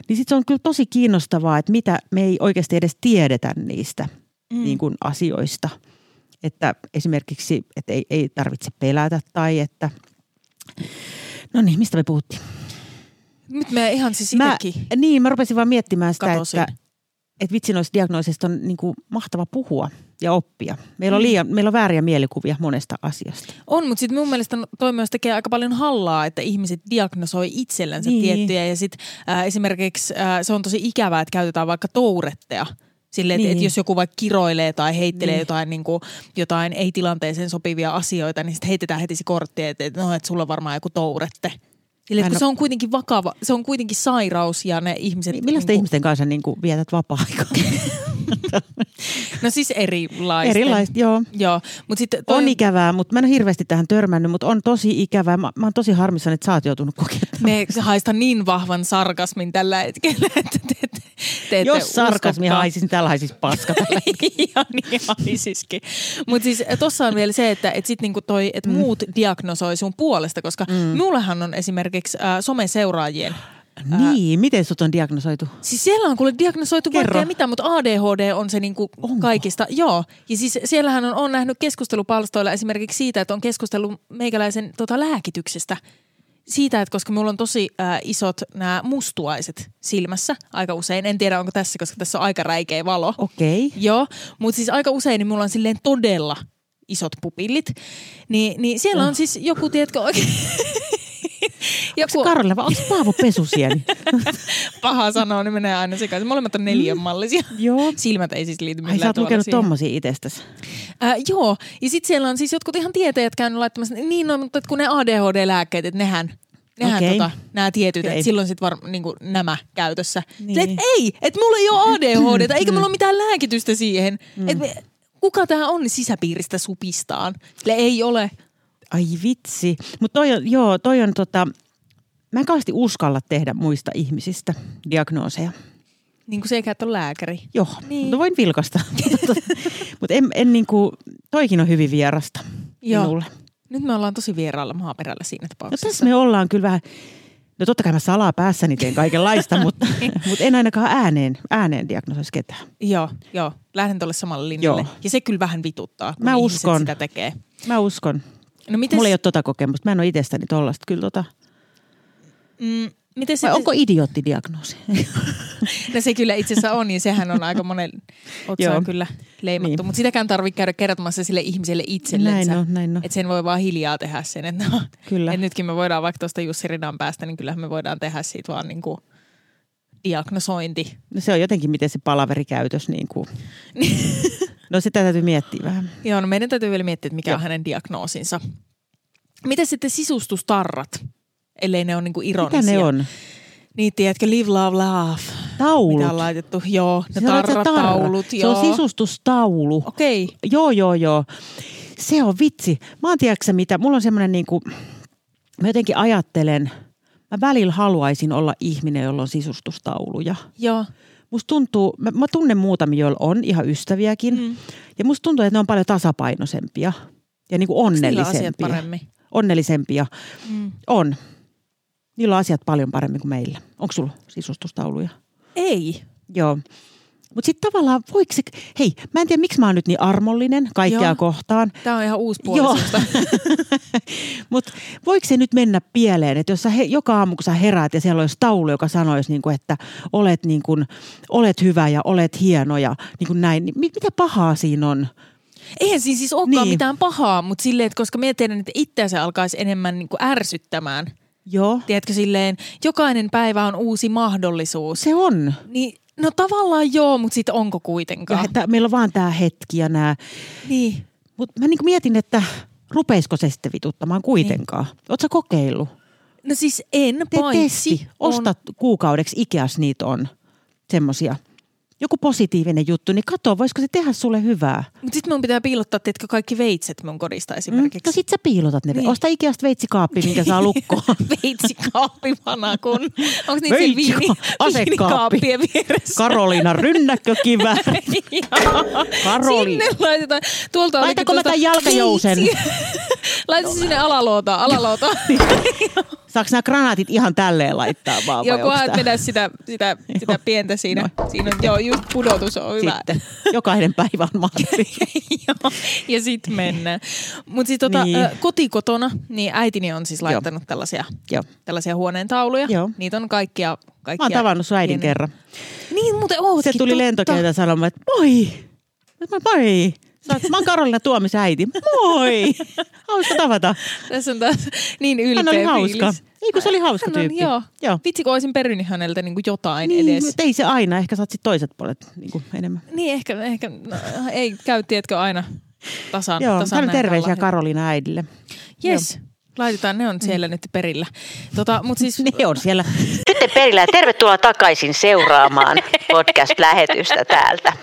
D: niin sitten se on kyllä tosi kiinnostavaa, että mitä me ei oikeasti edes tiedetä niistä mm. niin kuin asioista. Että esimerkiksi, että ei, ei tarvitse pelätä tai että, no niin, mistä me puhuttiin?
C: Nyt me ihan siis itsekin.
D: Mä, niin, mä rupesin vaan miettimään sitä,
C: Katosin.
D: että, että vitsi noista diagnooseista on niin kuin mahtava puhua ja oppia. Meillä on, liian, meillä on vääriä mielikuvia monesta asiasta.
C: On, mutta sitten mun mielestä toi myös tekee aika paljon hallaa, että ihmiset diagnosoi itsellensä niin.
D: Niin.
C: tiettyjä. Ja sitten äh, esimerkiksi äh, se on tosi ikävää, että käytetään vaikka touretteja. Silleen, niin. että
D: Niin.
C: jos joku vaikka kiroilee tai heittelee niin. jotain, niin kuin, jotain ei-tilanteeseen sopivia asioita, niin sitten heitetään heti se kortti, että et, no, et sulla on varmaan joku tourette. Silleen, että
D: Mä en
C: kun
D: oo-
C: se on kuitenkin vakava, se on kuitenkin sairaus ja ne ihmiset...
D: Millaista
C: niin kuin-
D: ihmisten kanssa niin kuin vietät vapaa-aikaa?
C: No siis erilaisten.
D: Erilaista, joo.
C: Joo, mutta sitten... toi
D: On ikävää, mutta mä en ole hirveästi tähän törmännyt, mutta on tosi ikävää. Mä, mä oon tosi harmissani, että sä oot joutunut kokemaan.
C: Me haistan niin vahvan sarkasmin tällä hetkellä, että te, te, te ette
D: Jos sarkasmi
C: uskokaan. [laughs]
D: haisisi, niin täällä haisisi paska. tällä hetkellä.
C: ja niin haisiskin. Mutta siis tossa on vielä se, että et sit niinku toi, et mm. muut diagnosoi sun puolesta, koska mm. mullahan on esimerkiksi äh, someseuraajien.
D: niin, miten sut on diagnosoitu?
C: Siis siellä on kuule diagnosoitu
D: Kerro.
C: vaikka ja mitä, mutta ADHD on se niinku kaikista. Joo, ja siis siellähän on, on nähnyt keskustelupalstoilla esimerkiksi siitä, että on keskustellut meikäläisen tota, lääkityksestä siitä, että koska mulla on tosi äh, isot nämä mustuaiset silmässä aika usein. En tiedä, onko tässä, koska tässä on aika räikeä valo.
D: Okei.
C: Joo, mutta siis aika usein niin mulla on silleen todella isot pupillit. Niin, niin
D: Oh.
C: siellä on siis joku, tiedätkö oikein... joku
D: Karle, vai onko se Paavo Pesusieni?
C: paha sanoa, niin menee aina sekaisin. Molemmat on neljän mallisia.
D: Mm. Joo.
C: Silmät ei siis liity millään
D: Ai sä oot
C: tavalla
D: lukenut
C: siihen.
D: tommosia itsestäsi.
C: Äh, joo, ja sitten siellä on siis jotkut ihan tietäjät käynyt laittamassa, niin no, mutta et kun ne ADHD-lääkkeet, että nehän, nehän
D: Okei.
C: tota, nämä tietyt, okay.
D: Okei.
C: että silloin sitten varmaan niinku, nämä käytössä. Niin.
D: Niin. Mm.
C: Että ei, että mulla ei ole ADHD, eikä mulla ole mitään lääkitystä siihen. Mm. Et me, kuka tämä on sisäpiiristä supistaan? Sille ei ole.
D: Ai vitsi. Mutta toi on, joo, toi on tota, mä en kauheasti uskalla tehdä muista ihmisistä diagnooseja.
C: Niin kuin se eikä ole lääkäri.
D: Joo,
C: Niin.
D: niin. no voin [laughs] vilkasta. Mutta tota, en, en niinku, toikin on hyvin vierasta
C: Joo.
D: joo. minulle.
C: Nyt me ollaan tosi vieraalla maaperällä siinä
D: No
C: tapauksessa.
D: tässä me ollaan kyllä vähän, no totta kai mä salaa päässäni teen [laughs] kaikenlaista, mutta mut en ainakaan ääneen, ääneen diagnosoisi ketään.
C: Joo, joo. Lähden tuolle samalle linjalle. Joo.
D: Joo.
C: Ja se kyllä vähän vituttaa, kun
D: Mä
C: ihmiset
D: uskon.
C: sitä tekee.
D: Mä uskon.
C: No
D: Mites?
C: mites,
D: Mulla ei ole tota kokemusta. Mä en ole itsestäni tollasta kyllä tota.
C: mm, Miten
D: Vai
C: sitten,
D: onko [laughs] idioottidiagnoosi?
C: [laughs] No se kyllä itse asiassa on, niin sehän on aika monen
D: Joo.
C: otsaan kyllä leimattu.
D: Niin.
C: Mutta sitäkään tarvitse käydä kertomassa sille ihmiselle itsellensä.
D: Näin on, näin on.
C: Että sen voi vaan hiljaa tehdä sen. Että no,
D: Kyllä.
C: Et nytkin me voidaan vaikka tuosta Jussi Ridan päästä, niin kyllähän me voidaan tehdä siitä vaan niin kuin diagnosointi.
D: No se on jotenkin, miten se palaverikäytös niin
C: [laughs]
D: kuin. No sitä täytyy miettiä vähän.
C: Joo, no meidän täytyy vielä miettiä, että mikä Joo. on hänen diagnoosinsa. Miten sitten sisustustarrat, ellei ne ole niin kuin ironisia?
D: Mitä ne on?
C: Niin, tiedätkö, live, love, laugh.
D: Taulut.
C: Mitä on laitettu? Joo, ne
D: Se on, että se on tarra.
C: tarrataulut.
D: Se
C: joo.
D: on sisustustaulu.
C: Okei.
D: Joo, joo, joo. Se on vitsi. Mä oon tiedätkö sä mitä, mulla on semmoinen niin kuin, mä jotenkin ajattelen, mä välillä haluaisin olla ihminen, jolla on sisustustauluja.
C: Joo.
D: Musta tuntuu, mä, mä tunnen muutamia, joilla on ihan ystäviäkin. Mm. Ja musta tuntuu, että ne on paljon tasapainoisempia ja niin kuin
C: Niillä on
D: onnellisempia.
C: asiat paremmin.
D: Onnellisempia.
C: Mm.
D: On. Niillä on asiat paljon paremmin kuin meillä. Onko sulla sisustustauluja?
C: Ei.
D: Joo. Mutta sitten tavallaan voiko se, hei, mä en tiedä miksi mä oon nyt niin armollinen kaikkea
C: Joo.
D: Joo. kohtaan.
C: Tämä on ihan uusi puoli susta.
D: Mutta voiko se nyt mennä pieleen, että jos sä he, joka aamu kun sä heräät ja siellä olisi taulu, joka sanoisi, niin kuin, että olet, niin kuin, olet hyvä ja olet hieno ja niin kuin näin, niin mi- mitä pahaa siinä on?
C: [laughs] Eihän siinä siis olekaan
D: Niin.
C: mitään pahaa, mutta silleen, että koska minä tiedän, että itseä se alkaisi enemmän niin kuin ärsyttämään.
D: Joo,
C: Tiedätkö silleen, jokainen päivä on uusi mahdollisuus.
D: se on.
C: Niin, no tavallaan joo, mutta sitten onko
D: Ja
C: kuitenkaan?
D: että meillä on vaan tämä hetki ja nämä.
C: Niin.
D: Mutta mä niin kuin mietin, että rupeisiko se sitten vituttamaan kuitenkaan. Niin. Oletko kokeillut?
C: No siis en,
D: Tee
C: paitsi
D: testi.
C: on-
D: Osta kuukaudeksi Ikeas niitä on semmosia. Joku positiivinen juttu, niin kato, voisiko se tehdä sulle hyvää.
C: Mutta sitten mun pitää piilottaa, tiedätkö, kaikki veitset mun kodista esimerkiksi.
D: No sit sä piilotat ne.
C: Niin.
D: Niin. Osta Ikeasta veitsikaappi, minkä saa lukkoon.
C: [laughs] Veitsikaappi kun... Onko niitä
D: Veitsi-
C: siellä viini,
D: [laughs] asekaappi.
C: viinikaappien vieressä? [laughs]
D: Karoliina rynnäkkökivä.
C: Joo.
D: Karoliina.
C: Sinne laitetaan. Tuolta olikin
D: Laitanko mä
C: tuosta-
D: tän jalkajousen?
C: Veitsi- [laughs] Laita se sinne alalootaan,
D: [laughs]
C: alalootaan.
D: Saaks nämä granaatit ihan tälleen laittaa vaan? vai
C: Joku
D: onks
C: ajat
D: tää-
C: vedä sitä, sitä, sitä pientä siinä. Siinä on, joo, just pudotus on hyvä.
D: Sitten. Jokainen päivä on mahdollinen.
C: [laughs] Joo, ja sitten mennään. Mutta sitten tota,
D: Niin.
C: niin. kotikotona, niin äitini on siis laittanut tällaisia,
D: Joo.
C: tällaisia huoneen tauluja.
D: Joo.
C: Niitä on kaikkia.
D: Mä
C: kaikkia
D: oon tavannut sun äidin
C: hienoja.
D: kerran.
C: Niin muuten ootkin,
D: Se tuli
C: totta.
D: lentokentältä sanomaan, että moi. Mä, moi. Sä oot- Mä oon Karolina Tuomis äiti. Moi. Hauska tavata.
C: Tässä on taas niin ylpeä
D: Hän oli hauska.
C: fiilis.
D: Ei kun se oli hauska
C: Hän on,
D: tyyppi.
C: Joo. joo.
D: Joo.
C: Vitsi, kun olisin perinyt häneltä niin kuin jotain
D: Niin,
C: edes.
D: mut ei se aina. Ehkä saat sit toiset puolet niin kuin enemmän.
C: Niin, ehkä, ehkä no, ei käy, tiedätkö, aina tasan.
D: Joo,
C: tasan
D: tämä
C: näitä
D: terveisiä
C: ollaan.
D: Karolina äidille.
C: Jes, laitetaan, ne on siellä nyt perillä. Tota, mut siis,
D: Mm. [laughs] Ne on siellä.
E: Nyt te perillä ja tervetuloa takaisin seuraamaan podcast-lähetystä täältä.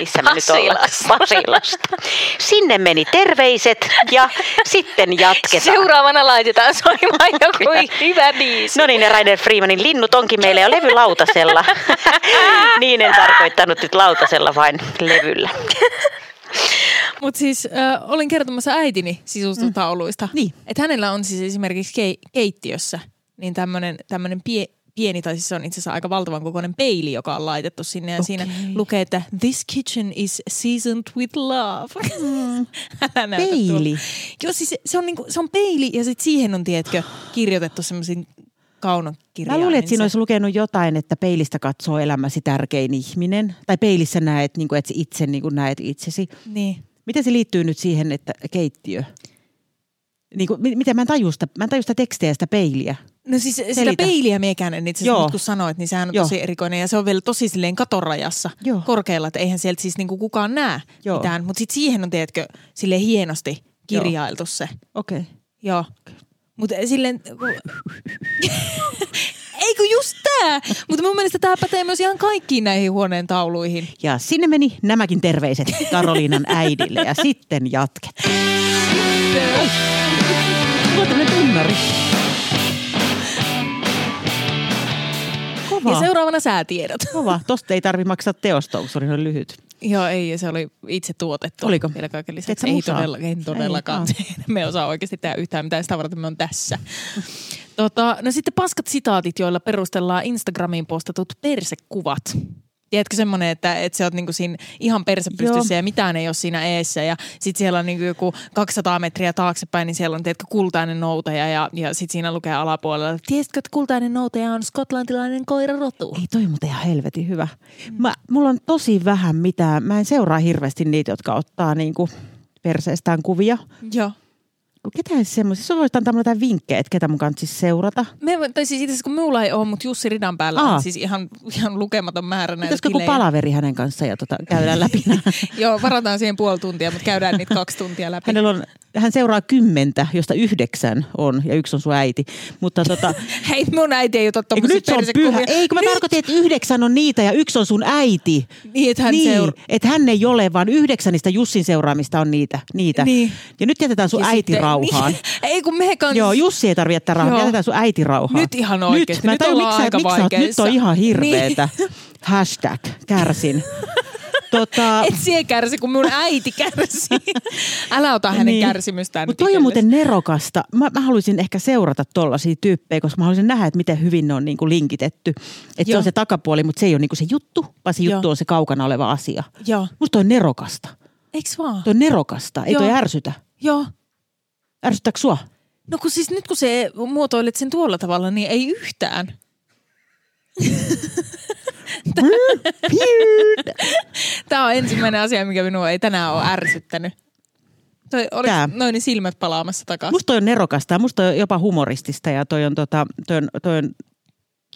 E: Missä me nyt ollaan? Vasilasta. Sinne meni terveiset ja sitten jatketaan.
F: Seuraavana laitetaan soimaan joku hyvä biisi.
E: No niin, ja Rainer Freemanin linnut onkin meillä jo
F: [laughs]
E: levylautasella. niin en tarkoittanut nyt lautasella, vain levyllä.
C: mut siis äh, olin kertomassa äitini sisustustauluista. Mm.
D: Niin.
C: Että hänellä on siis esimerkiksi kei, keittiössä niin tämmöinen tämmönen pie, pieni, tai siis se on itse asiassa aika valtavan kokoinen peili, joka on laitettu sinne. Ja okay. siinä lukee, että this kitchen is seasoned with love. Mm. [laughs] Älä näytä
D: Peili.
C: tuolla. Joo, siis se, se, on niinku, se on peili ja sitten siihen on, tiedätkö, kirjoitettu semmoisin
D: Mä
C: kaunokirjaimin.
D: luulen, että siinä
C: se-
D: olisi lukenut jotain, että peilistä katsoo elämäsi tärkein ihminen. Tai peilissä näet, niin kuin, että sä itse niin kuin näet itsesi.
C: Niin.
D: Miten se liittyy nyt siihen, että keittiö? Niin kuin, mi- miten mä en tajua sitä, mä en tajua sitä tekstiä ja sitä peiliä.
C: No siis sitä
D: Selitä.
C: peiliä miekään en itse asiassa,
D: Joo.
C: nyt kun sanoit, niin sehän on
D: Joo.
C: tosi erikoinen ja se on vielä tosi silleen katorajassa
D: Joo.
C: korkealla, että eihän sieltä siis niinku kukaan näe Joo.
D: Joo.
C: mitään, mutta sitten siihen on tiedätkö sille hienosti kirjailtu Joo. se.
D: Okei. Okay.
C: Joo. Mutta silleen... [laughs] Ei kun just tää! Mutta mun mielestä tää pätee myös ihan kaikkiin näihin huoneen tauluihin.
D: Ja sinne meni nämäkin terveiset Karoliinan äidille ja sitten jatketaan. Mulla on tämmönen tunnari. Kova,
C: Ja seuraavana sä tiedät.
D: kova. Tosta ei tarvi maksaa teosta, kun se oli noin lyhyt.
C: Joo, ei, ja se oli itse tuotettu.
D: Oliko?
C: Vielä kaiken
D: Teet
C: lisäksi.
D: sä
C: Ei,
D: musaa?
C: todella, ei todellakaan. me ei osaa oikeasti tehdä yhtään mitään sitä varten, me on tässä. Tota, no sitten paskat sitaatit, joilla perustellaan Instagramiin postatut persekuvat. Tiedätkö semmoinen, että, että sä oot niinku siinä ihan perse pystyssä
D: Joo.
C: ja mitään ei ole siinä eessä. Ja sit siellä on niinku joku 200 metriä taaksepäin, niin siellä on tiedätkö, kultainen noutaja. Ja, ja sit siinä lukee alapuolella, tiesitkö, että kultainen noutaja on skotlantilainen koirarotu.
D: Ei toi on muuten ihan helvetin hyvä. Mä, mulla on tosi vähän mitään. Mä en seuraa hirveästi niitä, jotka ottaa niinku perseestään kuvia.
C: Joo.
D: Ketä semmoisia? Sä voisit antaa mulle jotain vinkkejä, että ketä mun kannattaisi seurata.
C: Me, tai siis itse asiassa kun minulla ei ole, mutta Jussi Ridan päällä Aa. on
D: Aa.
C: siis ihan, ihan lukematon määrä näitä
D: Pitäisikö joku
C: tilejä.
D: palaveri hänen kanssaan ja tota, käydään läpi? nää?
C: [laughs] Joo, varataan siihen puoli tuntia, mutta käydään niitä kaksi tuntia läpi.
D: Hänellä on, hän seuraa kymmentä, josta yhdeksän on ja yksi on sun äiti. Mutta tota,
C: Hei, mun äiti ei ota
D: Eikö
C: tommosia
D: nyt se on pyhä?
C: persekuvia.
D: Ei, kun mä
C: Nyt-
D: tarkoitin, että yhdeksän on niitä ja yksi on sun äiti.
C: Niin, että hän
D: niin,
C: seuraa.
D: että hän ei ole, vaan yhdeksän niistä Jussin seuraamista on niitä. niitä.
C: Niin.
D: Ja nyt jätetään sun
C: Ja
D: äiti
C: sitten-
D: rauhaan.
C: Niin, [laughs] ei kun me kans...
D: Joo, Jussi ei tarvitse jättää rauhaan.
C: Joo.
D: Jätetään sun äiti rauhaan.
C: Nyt ihan oikeesti.
D: Nyt, mä
C: Nyt
D: en tajua,
C: ollaan
D: miksi sä-
C: aika
D: miksi sä oot- Nyt
C: vaikeissa.
D: on ihan
C: Niin.
D: hirveetä. Hashtag,
C: [laughs]
D: kärsin. Tota,
C: Et sie kärsi, kun mun äiti
D: [laughs]
C: kärsii. Älä ota hänen niin. kärsimystään.
D: Mutta toi on muuten nerokasta. Mä, mä haluaisin ehkä seurata tollaisia tyyppejä, koska mä haluaisin nähdä, että miten hyvin ne on niinku linkitetty. Että se
C: Joo.
D: on se takapuoli, mutta se ei ole niinku se juttu, vaan se juttu
C: Joo.
D: on se kaukana oleva asia.
C: Joo.
D: Musta toi on nerokasta.
C: Eiks vaan?
D: Toi on nerokasta. Ei
C: Joo.
D: toi ärsytä.
C: Joo.
D: Ärsyttääkö sua?
C: No kun siis nyt kun se muotoilet sen tuolla tavalla, niin ei
D: [laughs]
C: yhtään. Tämä on ensimmäinen asia, mikä minua ei tänään ole ärsyttänyt. Toi, oliko
D: Tää.
C: noin niin silmät palaamassa takaisin?
D: Musta toi on nerokasta ja musta toi on jopa humoristista ja toi on tota, toi on, toi on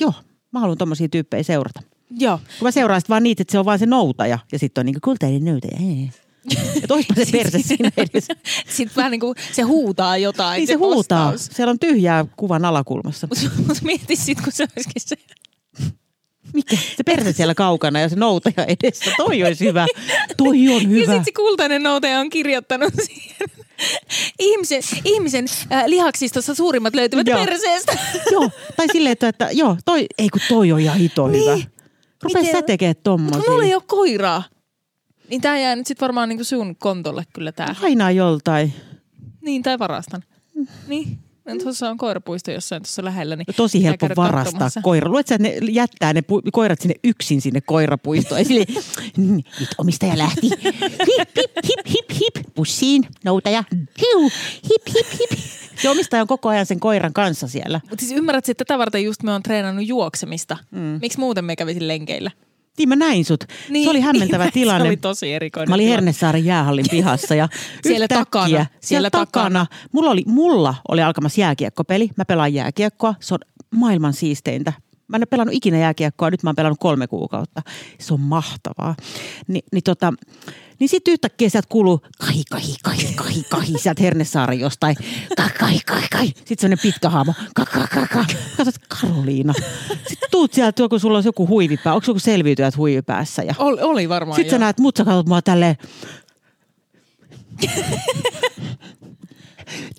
D: joo, mä haluan tommosia tyyppejä seurata.
C: Joo.
D: Kun mä seuraan sit vaan niitä, että se on vaan se noutaja ja sitten on niinku kultainen noutaja. Ei. Että
C: [laughs]
D: oispa se perse siinä edes.
C: Sitten Siis vähän niin kuin se huutaa jotain.
D: Niin se huutaa.
C: postaus.
D: Siellä on tyhjää kuvan alakulmassa.
C: Mut mieti sit, kun se olisikin se.
D: Mikä? Se
C: [laughs]
D: perse siellä kaukana ja se noutaja edessä. Toi olisi hyvä. Toi on
C: Ja
D: hyvä.
C: sit se kultainen noutaja on kirjoittanut siihen. Ihmisen, ihmisen äh, lihaksistossa suurimmat löytyvät
D: Joo.
C: perseestä.
D: Joo. Tai silleen, että, että joo, toi, ei kun toi on ihan hito hyvä. Rupes
C: Niin. Miten-
D: sä tekee
C: Mutta kun [laughs] mulla
D: tommosia.
C: ei ole koiraa. Niin tää jää nyt sit varmaan niinku sun kontolle kyllä tää.
D: Lainaa joltain.
C: Niin, tai varastan. Niin. No, tuossa on koirapuisto jossain tuossa lähellä. Niin
D: No Tosi
C: pitää
D: helppo
C: käydä
D: varastaa
C: katsomassa.
D: koira. Luet sä, että ne jättää ne pu- koirat sinne yksin sinne koirapuistoon. Ja sille, "Mm, nyt
C: [laughs]
D: omistaja lähti. Hip, hip, hip, hip, hip. Pussiin, noutaja. Hiu, hip, hip, hip. Se omistaja on koko ajan sen koiran kanssa siellä.
C: Mutta siis ymmärrät, että tätä varten just me on treenannut juoksemista. Mm. Miksi muuten me kävisin lenkeillä?
D: Niin mä näin sut. Niin, se oli hämmentävä
C: [laughs]
D: tilanne.
C: Se oli tosi erikoinen
D: Mä olin
C: tilanne.
D: Hernesaaren jäähallin pihassa ja
C: [laughs] Siellä
D: yhtäkkiä-
C: takana,
D: Siellä,
C: siellä takana.
D: takana. Mulla oli, mulla oli alkamassa jääkiekkopeli. Mä pelaan jääkiekkoa. Se on maailman siisteintä. Mä en ole pelannut ikinä jääkiekkoa, nyt mä oon pelannut kolme kuukautta. Se on mahtavaa. Ni, niin tota, niin sitten yhtäkkiä sieltä kuuluu kahi, kahi, kahi, kahi, kahi, sieltä Hernesaari jostain. Kahi, kahi, kahi, kahi. Sitten semmoinen pitkä haamo. Kahi, kahi, kahi, kahi. Katsot, Karoliina. Sitten tuut sieltä, kun sulla on joku huivipää. Onko joku selviytyjät huivipäässä? Ja
C: Oli, oli varmaan
D: sitten sä
C: joo.
D: näet, mut sä katsot mua tälleen.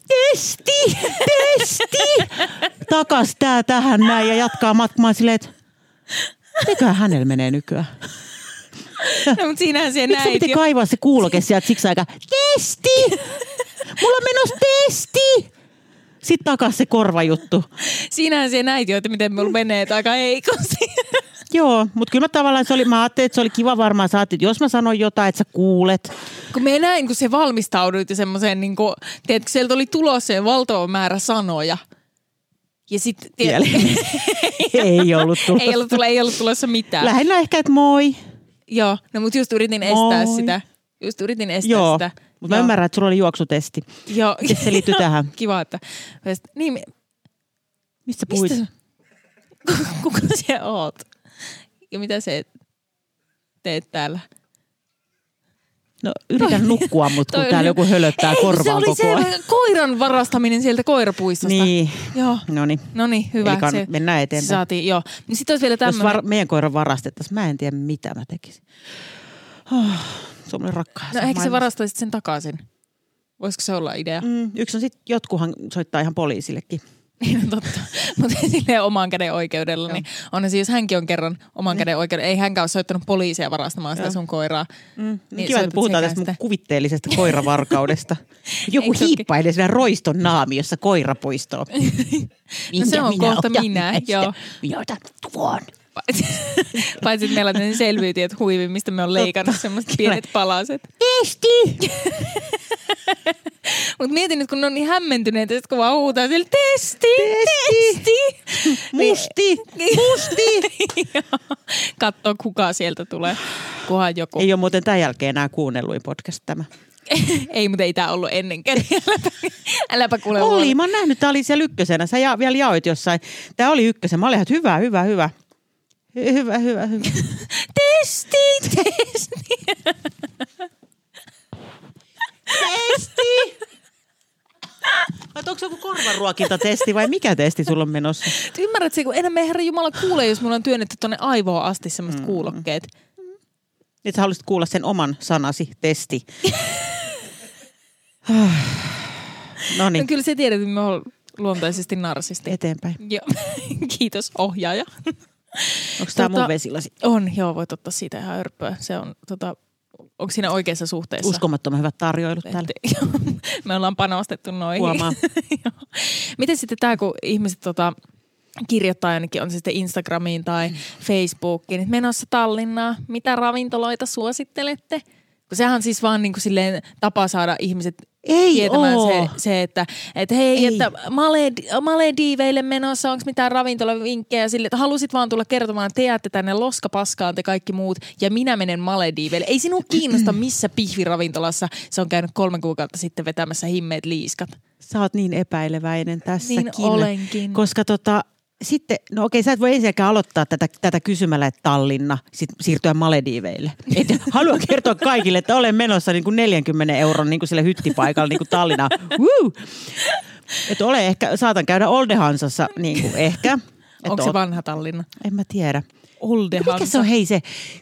D: testi, testi. Takas tää tähän näin ja jatkaa matkaa silleen, että mitäköhän hänellä menee nykyään.
C: [laughs] No, mutta siinähän se
D: Miksi
C: näit.
D: sun piti
C: jo.
D: kaivaa se kuuloke sieltä siksi aikaa? Testi! Mulla on menossa testi! Sitten takas se korvajuttu.
C: Siinähän se näit jo, että miten mulla menee, että aika heikosti.
D: Joo, mutta kyllä mä tavallaan se oli, mä ajattelin, että se oli kiva varmaan, sä ajattelit, että jos mä sanon jotain, että sä kuulet.
C: [laughs] kun me näin, kun se valmistauduit ja semmoiseen, niin kuin, tiedätkö, sieltä oli tulossa se valtava määrä sanoja. Ja sitten
D: Vielä. ei ollut tullut.
C: [laughs] ei, ollut, tulla, ei ollut tulossa mitään.
D: Lähinnä ehkä, että moi.
C: Joo, no mutta just yritin estää
D: Moi.
C: sitä. Just yritin estää
D: Joo,
C: sitä.
D: mutta mä
C: Joo.
D: ymmärrän, että sulla oli juoksutesti.
C: [laughs] Joo.
D: Miten se liittyy tähän?
C: Kiva, että... Niin, mi-
D: Mistä puhuit?
C: mistä sä... [laughs] Kuka sä oot? Ja mitä sä teet täällä?
D: No yritän nukkua, mutta kun
C: Toi-
D: täällä joku hölöttää
C: Ei, kun
D: korvaan
C: se oli
D: koko ajan.
C: se koiran varastaminen sieltä koirapuistosta.
D: Niin.
C: Joo.
D: No niin.
C: No niin, hyvä.
D: Eli kann-
C: se-
D: mennään
C: Se
D: eteenpäin.
C: saatiin, joo. Niin sitten olisi vielä
D: Jos
C: tämmöinen.
D: var- meidän koira varastettaisiin, mä en tiedä mitä mä tekisin. Oh, se on mulle rakkaus.
C: no ehkä se
D: Maailmassa.
C: varastaisi sen takaisin. Voisiko se olla idea? [laughs]
D: Mm, yksi on sitten, jotkuhan soittaa ihan poliisillekin.
C: Niin no totta. Mutta silleen oman käden oikeudella, niin onhan se, jos hänkin on kerran
D: Niin.
C: oman käden oikeudella. Ei hänkään ole soittanut poliisia varastamaan sitä sun koiraa. Mm.
D: Niin Kiva, että puhutaan tästä mun kuvitteellisesta
C: [laughs]
D: koiravarkaudesta. Joku
C: Eikö se ookin?
D: hiippailee siinä roiston naamiossa
C: [laughs]
D: koirapuistoon.
C: No se on kohta minä,
D: näistä.
C: joo.
D: Minä otan tuon.
C: Paitsi, [laughs] paitsi että meillä on tämmöinen selviytyjät huivi, mistä me on leikannut semmoiset pienet palaset.
D: [laughs]
C: Testi! Mutta mietin nyt, kun ne on niin hämmentyneitä, että kun vaan huutaa sille, testi, testi,
D: Musti!
C: Niin- [laughs] Joo. Katsoo, kuka sieltä tulee, kunhan joku. Ei,
D: Ei ole muuten tämän jälkeen enää kuunnelluin podcast tämä.
C: [laughs] ei mutta ei tämä ollut ennenkään. Äläpä, [laughs] äläpä kuule
D: Oli,
C: huoli.
D: mä oon nähnyt, tää oli siellä ykkösenä. Sä ja, vielä jaoit jossain. Tää oli ykkösen. Mä olin ihan, että hyvä, hyvä, hyvä. Hy- Hyvä, hyvä, [laughs] hyvä.
C: [laughs] Testi, testi.
D: Testi! Vai onko se joku korvaruokintatesti vai mikä testi sulla on [laughs] menossa?
C: Ymmärrätkö, kun enää me herra Jumala kuulee, jos mulla on työnnetty tuonne aivoon asti semmoiset mm. kuulokkeet.
D: Nyt sä haluaisit kuulla sen oman sanasi, [laughs] testi. [sighs] no
C: Niin. No
D: niin,
C: kyllä se tiedät, että me ollaan luontaisesti narsisti.
D: eteenpäin.
C: Joo. [laughs] Kiitos ohjaaja.
D: Onko tämä
C: Tota-
D: mun vesilasi?
C: On, joo, voit ottaa siitä ihan örppöä. Se on, tota, onko siinä oikeassa suhteessa?
D: Uskomattoman hyvät tarjoilut täällä.
C: Että- [laughs] Me ollaan panostettu noihin.
D: Huomaa.
C: [laughs] Joo. Miten sitten tämä, kun ihmiset tota, kirjoittaa jonnekin, on se sitten Instagramiin tai Facebookiin, että menossa Tallinnaa, mitä ravintoloita suosittelette? Kun sehän on siis vaan niin kuin silleen tapa saada ihmiset
D: Ei
C: tietämään
D: oo.
C: se, se, että et hei,
D: Ei.
C: Ei. että Maled, Malediiveille menossa, onko mitään ravintolavinkkejä sille, että halusit vaan tulla kertomaan, että te jäätte tänne loskapaskaan te kaikki muut ja minä menen Malediiveille. Ei sinua kiinnosta, missä pihviravintolassa se on käynyt kolme kuukautta sitten vetämässä himmeet liiskat.
D: Sä oot niin epäileväinen tässäkin.
C: Niin olenkin.
D: Koska tota, sitten, no okei, sä et voi ensinnäkään aloittaa tätä, tätä kysymällä, että Tallinna, sit siirtyä
C: [laughs]
D: Malediiveille. Et haluan kertoa kaikille, että olen menossa niin kuin 40 euron niin kuin sille hyttipaikalle niin kuin Tallinna. Woo! Että ole ehkä, saatan käydä Oldehansassa niin kuin ehkä. Et
C: Onko
D: oot-
C: se vanha Tallinna?
D: En mä tiedä.
C: Oldehansa.
D: No Mikä se on, hei se,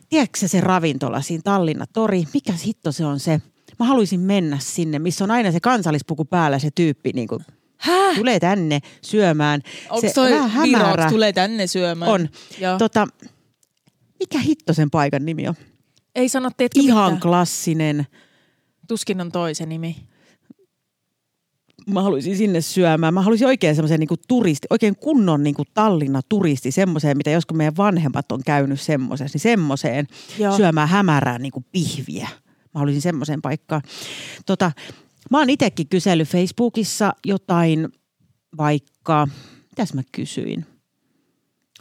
D: tiedätkö sä se ravintola siinä Tallinna tori? Mikä hitto se on se? Mä haluaisin mennä sinne, missä on aina se kansallispuku päällä se tyyppi niin kuin,
C: Häh?
D: tulee tänne syömään.
C: Onko
D: se
C: toi
D: vähän
C: Viro,
D: hämärä.
C: onks tulee tänne syömään?
D: On.
C: Joo.
D: Tota, mikä hitto sen paikan nimi on?
C: Ei sano, teetkö
D: Ihan
C: mitään?
D: klassinen.
C: Tuskin on toisen nimi.
D: Mä haluaisin sinne syömään. Mä haluaisin oikein semmoisen niin turisti, oikein kunnon niin Tallinna turisti, semmoiseen, mitä joskus meidän vanhemmat on käynyt semmoisessa, niin semmoiseen
C: Joo.
D: syömään hämärää niin kuin pihviä. Mä haluaisin semmoiseen paikkaan. Tota, mä oon itsekin kysellyt Facebookissa jotain vaikka, mitäs mä kysyin?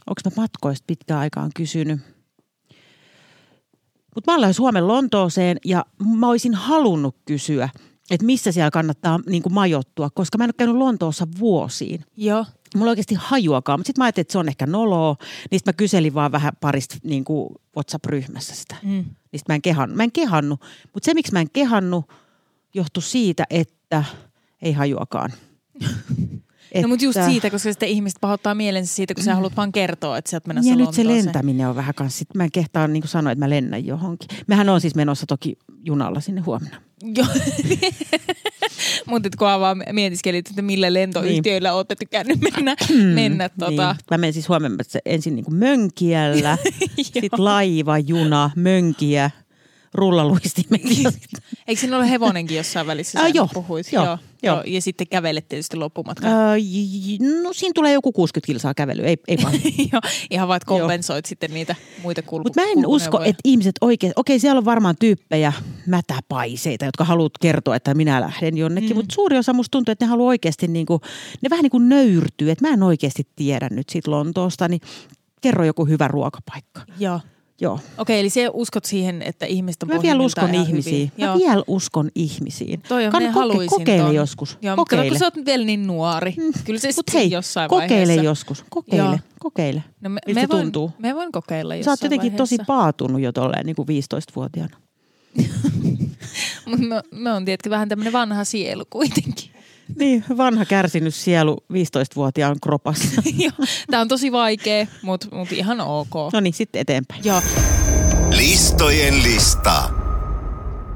D: Onko mä matkoista pitkään aikaan kysynyt? Mutta mä olen Suomen Lontooseen ja mä olisin halunnut kysyä, että missä siellä kannattaa niin kuin majoittua, koska mä en ole käynyt Lontoossa vuosiin.
C: Joo.
D: Mulla ei oikeasti hajuakaan, mutta sitten mä ajattelin, että se on ehkä noloa. Niistä mä kyselin vaan vähän parista niin kuin WhatsApp-ryhmässä sitä. Mm. Niistä mä en kehannut. Mä en kehannut. Mutta se, miksi mä en kehannut, johtui siitä, että ei hajuakaan.
C: [laughs] No mutta just
D: Että-
C: siitä, koska sitten ihmiset pahoittaa mielensä siitä, kun sä haluat vaan kertoa, että sä oot menossa
D: Ja nyt se
C: Lontooseen.
D: lentäminen on vähän kanssa. Sitten mä en kehtaa niin sanoa, että mä lennän johonkin. Mehän on siis menossa toki junalla sinne huomenna.
C: Joo. Mutta kun avaa mietiskelit, että millä lentoyhtiöillä niin. olette tykännyt
D: [clears throat]
C: mennä, mennä tota,
D: Niin. Mä menen siis huomenna se ensin niin kuin mönkiällä, sitten laiva, juna, mönkiä, rullaluistimet. ja sit-
C: Eikö siinä ole hevonenkin jossain välissä?
D: Niin. Ää,
C: Sä
D: joo,
C: puhuit.
D: joo,
C: joo,
D: joo.
C: joo. Ja sitten kävelet tietysti loppumatka.
D: [laughs] Ö, j- j- no siinä tulee joku 60 kilsaa kävelyä, ei, ei vaan.
C: [laughs] joo, ihan vaan, että kompensoit sitten niitä muita kulku-
D: Mutta mä en usko,
C: kulkuneuvoja.
D: että ihmiset oikein, okei siellä on varmaan tyyppejä, mätäpaiseita, jotka haluat kertoa, että minä lähden jonnekin, mm. mutta suuri osa musta tuntuu, että ne haluaa oikeasti, niinku, ne vähän niin kuin nöyrtyy, että mä en oikeasti tiedä nyt siitä Lontoosta, niin kerro joku hyvä ruokapaikka.
C: Joo.
D: Joo.
C: Okei, eli se uskot siihen, että ihmiset on
D: Mä vielä
C: pohjimmiltaan
D: uskon
C: ihan
D: ihmisiin.
C: hyviä.
D: Mä
C: Joo.
D: vielä uskon ihmisiin.
C: Toi on,
D: Kann-
C: minä
D: koke-
C: haluaisin
D: Kokeile
C: ton.
D: joskus.
C: Joo, mutta kato,
D: kokeile. Mm.
C: kun sä oot vielä niin nuori. Kyllä se
D: Mut
C: sitten
D: hei,
C: jossain
D: kokeile
C: vaiheessa.
D: joskus. Kokeile,
C: Joo.
D: kokeile.
C: No me,
D: Miltä
C: me voin,
D: tuntuu?
C: Me voin kokeilla jossain
D: Sä oot jotenkin
C: vaiheessa.
D: tosi paatunut jo tolleen niin kuin 15-vuotiaana.
C: Mut me, me on tietenkin vähän tämmöinen vanha sielu kuitenkin. [laughs]
D: Niin, vanha kärsinyt sielu 15-vuotiaan kropassa.
C: [laughs] Joo, Tää on tosi vaikea, mutta mut ihan ok.
D: no niin, sitten eteenpäin.
C: Joo.
B: Listojen lista.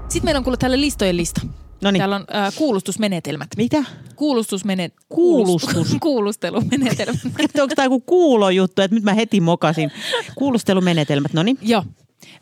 C: Sitten meillä on kuullut täällä listojen lista.
D: Noniin.
C: Täällä on äh, kuulustusmenetelmät.
D: Mitä?
C: Kuulustusmene... [laughs]
D: Kuulustus.
C: Kuulustelumenetelmät.
D: Onko tämä joku kuulojuttu, että nyt mä heti mokasin. Kuulustelumenetelmät, no niin,
C: Joo.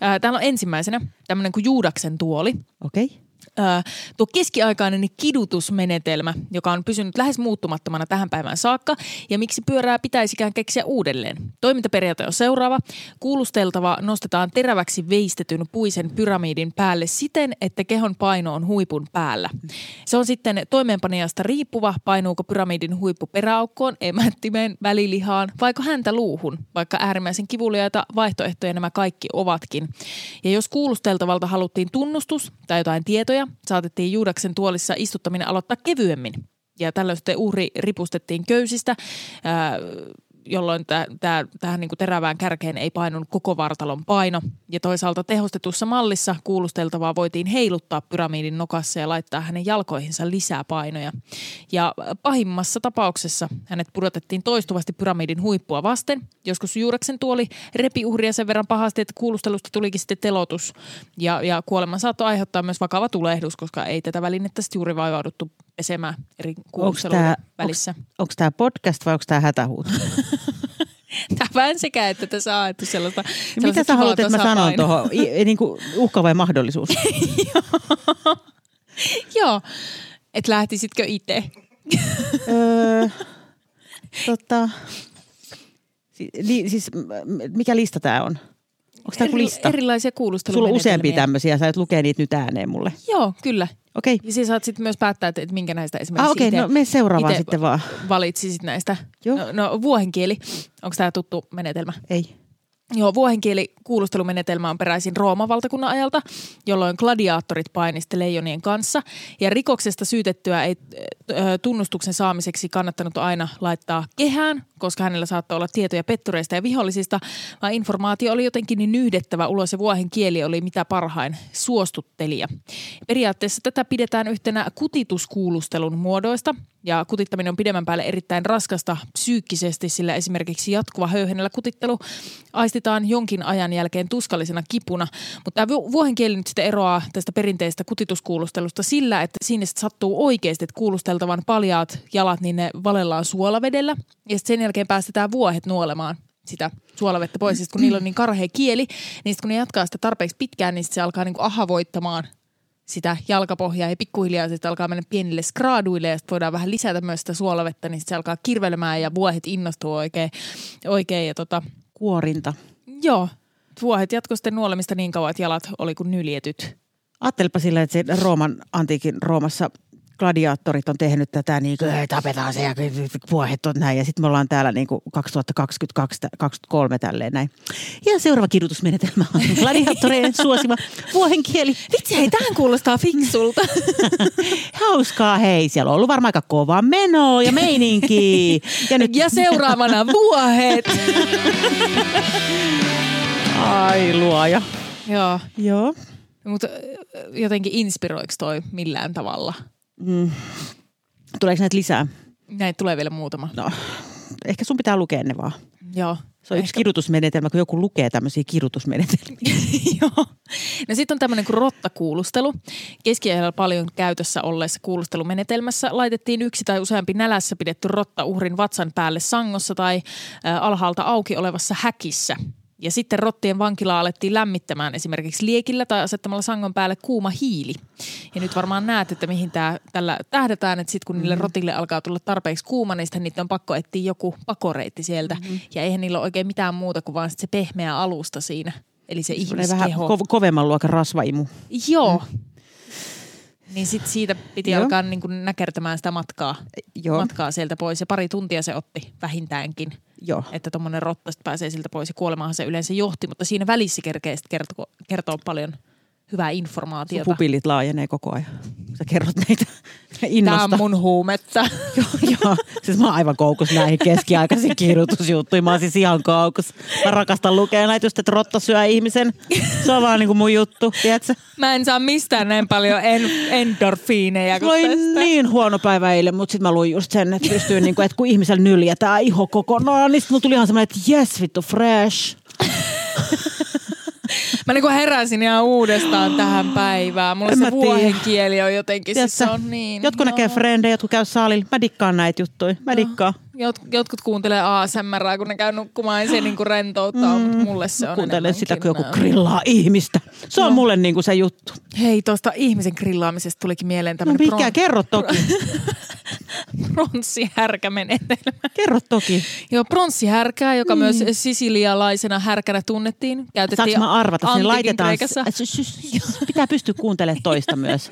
C: Äh, täällä on ensimmäisenä tämmöinen kuin Juudaksen tuoli.
D: okei. Okay.
C: Ää, tuo keskiaikainen kidutusmenetelmä, joka on pysynyt lähes muuttumattomana tähän päivään saakka, ja miksi pyörää pitäisikään keksiä uudelleen. Toimintaperiaate on seuraava. Kuulusteltava nostetaan teräväksi veistetyn puisen pyramidin päälle siten, että kehon paino on huipun päällä. Se on sitten toimeenpanijasta riippuva, painuuko pyramidin huippu peräaukkoon, emättimeen, välilihaan, vaiko häntä luuhun, vaikka äärimmäisen kivuliaita vaihtoehtoja nämä kaikki ovatkin. Ja jos kuulusteltavalta haluttiin tunnustus tai jotain tietoja, saatettiin Juudaksen tuolissa istuttaminen aloittaa kevyemmin. Ja tällöin sitten uhri ripustettiin köysistä, ää, jolloin tä- tää- tähän niinku terävään kärkeen ei painunut koko vartalon paino. Ja toisaalta tehostetussa mallissa kuulusteltavaa voitiin heiluttaa pyramidin nokassa ja laittaa hänen jalkoihinsa lisää painoja. Ja pahimmassa tapauksessa hänet pudotettiin toistuvasti pyramidin huippua vasten. Joskus juureksen tuoli repi uhria sen verran pahasti, että kuulustelusta tulikin sitten telotus. Ja, ja kuolema saattoi aiheuttaa myös vakava tulehdus, koska ei tätä välinettä sitten juuri vaivauduttu pesemään eri kuulusteluiden välissä.
D: Onko tämä podcast vai onko tämä hätähuuto?
C: Tämän sekä, että tässä on haettu sellaista, sellaista
D: Mitä sä
C: kivaa
D: haluat, että mä sanon
C: tasapainoa.
D: tuohon? Niin kuin uhka vai mahdollisuus?
C: Joo, että lähtisitkö itse?
D: öö, tota, si, li, siis m- mikä lista tämä on? Onko tämä lista?
C: Erilaisia
D: Sulla on
C: kuulustelumenetelmiä.
D: useampia tämmöisiä, sä et lukee niitä nyt ääneen mulle.
C: Joo, kyllä.
D: Okei.
C: Ja siis saat sitten myös päättää, että, että minkä näistä esimerkiksi
D: Ah, okei,
C: ite-
D: no me seuraavaan
C: ite
D: sitten vaan.
C: Valitsisit näistä.
D: Joo.
C: No, no vuohenkieli, onko tämä tuttu menetelmä?
D: Ei.
C: Joo, vuohenkieli kuulustelumenetelmä on peräisin Rooman valtakunnan ajalta, jolloin gladiaattorit painisti leijonien kanssa. Ja rikoksesta syytettyä ei ö, tunnustuksen saamiseksi kannattanut aina laittaa kehään, koska hänellä saattoi olla tietoja pettureista ja vihollisista, vaan informaatio oli jotenkin niin nyhdettävä ulos ja vuohen kieli oli mitä parhain suostuttelija. Periaatteessa tätä pidetään yhtenä kutituskuulustelun muodoista, ja kutittaminen on pidemmän päälle erittäin raskasta psyykkisesti, sillä esimerkiksi jatkuva höyhenellä kutittelu aistitaan jonkin ajan jälkeen tuskallisena kipuna. Mutta tämä vuohenkieli nyt sitten eroaa tästä perinteistä kutituskuulustelusta sillä, että siinä sitten sattuu oikeasti, että kuulusteltavan paljaat jalat, niin ne valellaan suolavedellä ja sitten sen jälkeen päästetään vuohet nuolemaan sitä suolavettä pois. Sitten kun niillä on niin karhea kieli, niin sitten kun ne jatkaa sitä tarpeeksi pitkään, niin sit se alkaa niinku ahavoittamaan sitä jalkapohjaa ja pikkuhiljaa sitten alkaa mennä pienille skraaduille ja sitten voidaan vähän lisätä myös sitä suolavettä, niin sit se alkaa kirvelemään ja vuohet innostuu oikein. oikein ja tota,
D: Kuorinta.
C: joo, vuohet jatkoi sitten nuolemista niin kauan, että jalat oli kuin nyljetyt.
D: Ajattelepa sillä, että se Rooman, antiikin Roomassa gladiaattorit on tehnyt tätä niin kuin "Hei, tapetaan se ja vuohet on näin. Ja sitten me ollaan täällä niin kuin 2022, 2023 tälleen näin. Ja seuraava kidutusmenetelmä on [laughs] gladiaattoreen suosima vuohen kieli.
C: Vitsi, hei, tähän kuulostaa fiksulta.
D: Hauskaa hei, siellä on ollut varmaan aika kova meno ja meininki. Ja
C: [laughs]
D: nyt
C: ja seuraavana vuohet.
D: Ai luoja.
C: joo,
D: Joo.
C: mutta äh, jotenkin inspiroiko toi millään tavalla?
D: Tuleeko näitä lisää?
C: Näitä tulee vielä muutama.
D: No, ehkä sun pitää lukea ne vaan.
C: Joo.
D: Se on yksi kidutusmenetelmä, kun joku lukee tämmöisiä kidutusmenetelmiä.
C: [laughs] Joo. No sitten on tämmöinen kuin rottakuulustelu. Keskiajalla paljon käytössä olleessa kuulustelumenetelmässä laitettiin yksi tai useampi nälässä pidetty rotta uhrin vatsan päälle sangossa tai äh, alhaalta auki olevassa häkissä. Ja sitten rottien vankilaa alettiin lämmittämään esimerkiksi liekillä tai asettamalla sangon päälle kuuma hiili. Ja nyt varmaan näet, että mihin tää, tällä tähdätään, että sitten kun niille rotille alkaa tulla tarpeeksi kuuma, niin sitten niitä on pakko etsiä joku pakoreitti sieltä. Mm-hmm. Ja eihän niillä ole oikein mitään muuta kuin vaan sit se pehmeä alusta siinä. Eli se
D: Semmoinen
C: ihmiskeho.
D: vähän ko- kovemman luokan rasvaimu.
C: Joo. Niin sit siitä piti
D: Joo.
C: alkaa niin kuin näkertämään sitä matkaa,
D: Joo.
C: matkaa sieltä pois. Ja pari tuntia se otti vähintäänkin,
D: Joo.
C: että tuommoinen rotta sit pääsee siltä pois. Ja kuolemaanhan se yleensä johti, mutta siinä välissä kerkee sit kertoo, kertoo paljon hyvää
D: Sun
C: informaatiota.
D: pupilit laajenee koko ajan. Sä kerrot näitä
C: Tämä on
D: [laughs] innosta.
C: mun huumetta.
D: [laughs] Joo, siis mä oon aivan koukus näihin
C: [laughs]
D: keskiaikaisiin kirjoitusjuttuihin. Mä oon siis ihan koukus. Mä rakastan lukea näitä just, että rotta syö ihmisen. Se on vaan niinku mun juttu, tiedätkö?
C: Mä en saa mistään näin paljon en, endorfiineja kuin
D: Mulla oli
C: tästä.
D: niin huono päivä eilen, mutta sitten mä luin just sen, että pystyy niinku, että kun ihmisellä nyljetään iho kokonaan, niin sitten tuli ihan semmoinen, että jes vittu fresh.
C: Mä niinku heräsin ihan uudestaan tähän päivään. Mulla
D: En mä
C: se
D: tiedä.
C: vuohen kieli on jotenkin, siis se
D: Tiedätkö,
C: on niin.
D: Jotkut näkee frendejä, jotkut käy saalilla. Mä dikkaan näitä juttuja. Mä dikkaan.
C: Jot, jotkut kuuntelee ASMRää, kun ne käy nukkumaan ja se niinku rentouttaa, mm. mutta mulle se on
D: Kuuntele sitä, kun joku
C: enemmänkin nää-
D: grillaa ihmistä. Se on mulle niinku se juttu.
C: Hei, tuosta ihmisen grillaamisesta tulikin mieleen
D: No
C: tämmöinen
D: mikä,
C: [laughs]
D: kerro toki.
C: bronssihärkämenetelmä.
D: Kerro toki.
C: Joo, pronssihärkää, joka mm. myös sisilialaisena härkänä tunnettiin. Käytettiin
D: Saanko mä arvata? Sinne
C: antiikin
D: laitetaan...
C: Kreikassa. Niin.
D: Sy- sy- sy- Pitää pystyä kuuntelemaan toista
C: [laughs]
D: myös.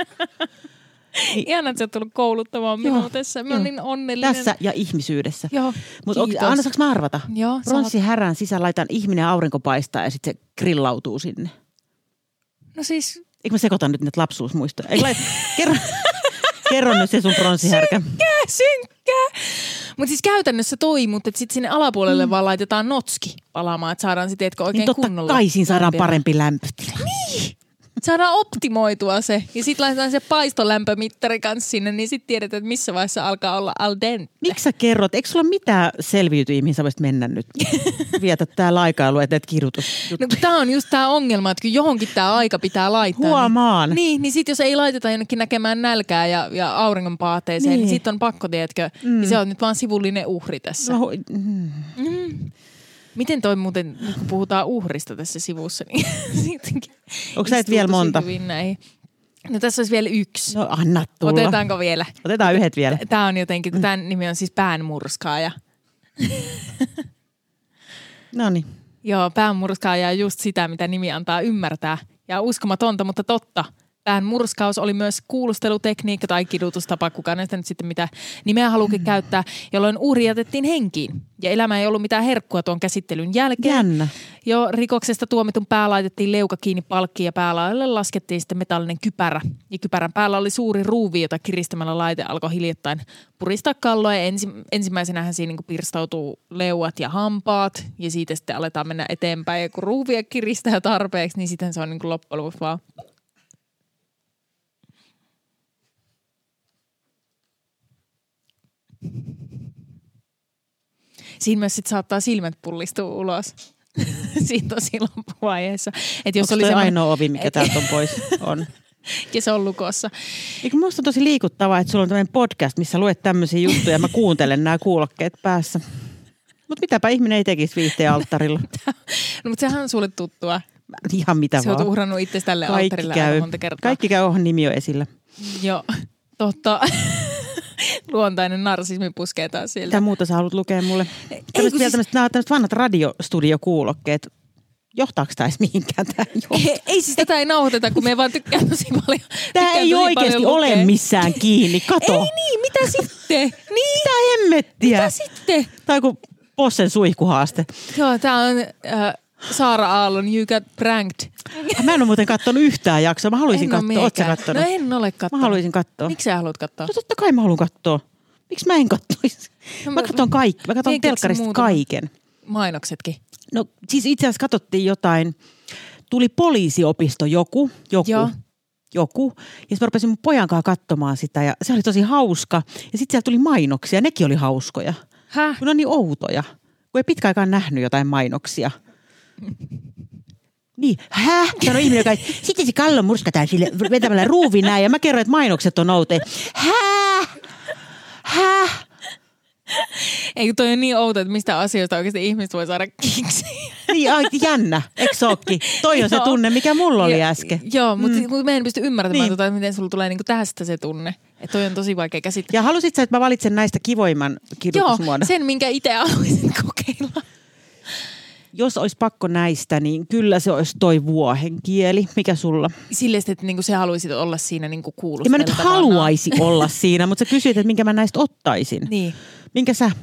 C: Ihana, että sä oot tullut kouluttamaan minua tässä. Mä oon niin onnellinen.
D: Tässä ja ihmisyydessä.
C: Joo,
D: Mutta
C: kiitos.
D: anna saanko mä arvata?
C: Joo, saat.
D: Pronssihärän sisään laitan ihminen ja aurinko paistaa ja sitten se grillautuu sinne.
C: No siis,
D: Eikö mä sekoitan nyt näitä lapsuusmuistoja? Eikö
C: [laughs]
D: lait... kerro, kerro nyt se sun pronssihärkä.
C: synkkää, synkkää. Mutta siis käytännössä toi, mutta sitten sinne alapuolelle mm. vaan laitetaan notski palaamaan, että saadaan se tiedätkö oikein
D: Niin totta
C: kunnolla.
D: kai siinä saadaan
C: lämpimään.
D: parempi lämpötila.
C: Saadaan optimoitua se ja sitten laitetaan se paistolämpömittari kanssa sinne, niin sitten tiedetään, että missä vaiheessa alkaa olla al dente.
D: Miksi sä kerrot? Eikö sulla mitään selviytyjiä, mihin sä voisit
C: [laughs]
D: mennä nyt? Vietä tää laikailu, että et kirjoitus.
C: No kun tää on just tää ongelma, että kun johonkin tää aika pitää laittaa.
D: Huomaan.
C: Niin, niin, niin sit jos ei laiteta jonnekin näkemään nälkää ja, ja auringonpaateeseen, niin. niin
D: Niin.
C: sit on pakko, tiedätkö, mm. niin se on nyt vaan sivullinen uhri tässä.
D: No,
C: No.
D: hu- mm.
C: Miten toi muuten, nyt kun puhutaan uhrista tässä sivussa, niin [laughs] jotenkin
D: Onks näitä
C: istuu
D: vielä
C: tosi
D: monta?
C: hyvin näihin. No tässä olisi vielä yksi.
D: no anna tulla. Mm.
C: Otetaanko vielä?
D: Otetaan yhdet vielä.
C: Tämä on jotenkin, kun tämän nimi on siis päänmurskaaja.
D: No niin.
C: Joo, päänmurskaaja on just sitä, mitä nimi antaa ymmärtää. Ja uskomatonta, mutta totta. Päänmurskaus oli myös kuulustelutekniikka tai kidutustapa, kukaan näistä nyt sitten mitä nimeä halukin käyttää, jolloin uhri jätettiin henkiin. Ja elämä ei ollut mitään herkkua tuon käsittelyn jälkeen.
D: Jännä.
C: Jo rikoksesta tuomitun pää laitettiin leuka kiinni palkkiin ja päälaajalle laskettiin sitten metallinen kypärä. Ja kypärän päällä oli suuri ruuvi, jota kiristämällä laite alkoi hiljattain puristaa kalloa. Ja ensi, ensimmäisenähän siinä niin pirstautuu leuat ja hampaat ja siitä sitten aletaan mennä eteenpäin. Ja kun ruuvia kiristää tarpeeksi, niin sitten se on niin kuin loppujen lopuksi vaan... Siinä myös sit saattaa silmät pullistua ulos. [laughs] Siitä tosi loppuvaiheessa. Et jos
D: Onko
C: oli
D: toi
C: semmoinen-
D: ainoa ovi, mikä
C: Et-
D: täältä on
C: [laughs]
D: pois? On.
C: ja se on lukossa.
D: Eikö musta on tosi liikuttavaa, että sulla on tämmöinen podcast, missä luet tämmöisiä juttuja ja mä kuuntelen nämä kuulokkeet päässä. Mutta mitäpä ihminen ei tekisi viihteen
C: [laughs]
D: alttarilla.
C: No, mutta sehän on sulle tuttua.
D: Ihan mitä
C: Sä oot
D: vaan.
C: uhrannut itse tälle alttarille aika monta kertaa.
D: Kaikki käy, on nimi jo esillä.
C: Joo, totta. [laughs] Luontainen narsismi puskee taas sieltä.
D: Mitä muuta sä haluat lukea mulle?
C: kun
D: Tämmöiset
C: siis-
D: vielä tämmöiset, nämä on tämmöiset vanhat radiostudiokuulokkeet. Johtaako tämä edes mihinkään tämä
C: Ei, [laughs] ei siis tätä ei nauhoiteta, kun me ei vaan tykkää tosi paljon.
D: Tämä
C: tykkään
D: ei
C: tosi
D: oikeasti
C: paljon lukea.
D: ole missään kiinni, kato.
C: Ei niin, mitä sitten?
D: [laughs]
C: Niin,
D: Mitä hemmettiä?
C: mitä sitten?
D: Tai kuin Possen suihkuhaaste.
C: Joo, tää on äh, Saara Aallon You Got Pranked.
D: Ah, Mä en ole muuten katsonut yhtään jaksoa. Mä haluaisin
C: En oo
D: katsoa. Ootko sä
C: miekään.
D: kattonut?
C: No en ole
D: Mä
C: kattonut.
D: haluaisin katsoa.
C: Miksi sä haluat katsoa?
D: No totta kai mä haluan katsoa. Miksi mä en katsoisi?
C: No
D: mä
C: mä-
D: katson kaikki. Mä katson
C: Niin, keksi
D: telkkarista
C: muutama.
D: kaiken.
C: Mainoksetkin.
D: No siis itse asiassa katsottiin jotain. Tuli poliisiopisto joku, joku,
C: Joo.
D: joku. Ja sitten mä rupesin mun pojan kanssa katsomaan sitä ja se oli tosi hauska. Ja sitten siellä tuli mainoksia, nekin oli hauskoja.
C: Häh?
D: Kun ne on niin outoja, kun ei pitkään aikaan nähnyt jotain
C: [laughs]
D: mainoksia. Niin, hä? Sano ihminen, joka ei- sitten se kallo murskataan sille vetämällä ruuvi näin ja mä kerron, että mainokset on outoja. Hä? Hä?
C: Ei, kun toi on niin outo, että mistä asioista oikeasti ihmiset voi saada kiksi. [laughs]
D: Niin, ai, jännä, eikö se ookin? Toi on se
C: Joo.
D: tunne, mikä mulla oli
C: Ja-
D: äsken.
C: Joo, mutta mm. mä en pysty ymmärtämään,
D: Niin.
C: niin. tota, että miten sulla tulee niinku tästä se tunne. Että toi on tosi vaikea käsittää.
D: Ja halusit sä, että mä valitsen näistä kivoimman
C: Joo,
D: kidutusmuodon?
C: sen minkä itse haluaisin [laughs] kokeilla.
D: Jos olisi pakko näistä, niin kyllä se olisi toi vuohen kieli. Mikä sulla?
C: Silleen, sitten, että niinku sä haluaisit olla siinä niinku
D: En mä
C: kuulusteltavana.
D: nyt haluaisi olla siinä, mutta sä kysyit, että minkä mä näistä ottaisin.
C: Niin.
D: Minkä sä? [laughs]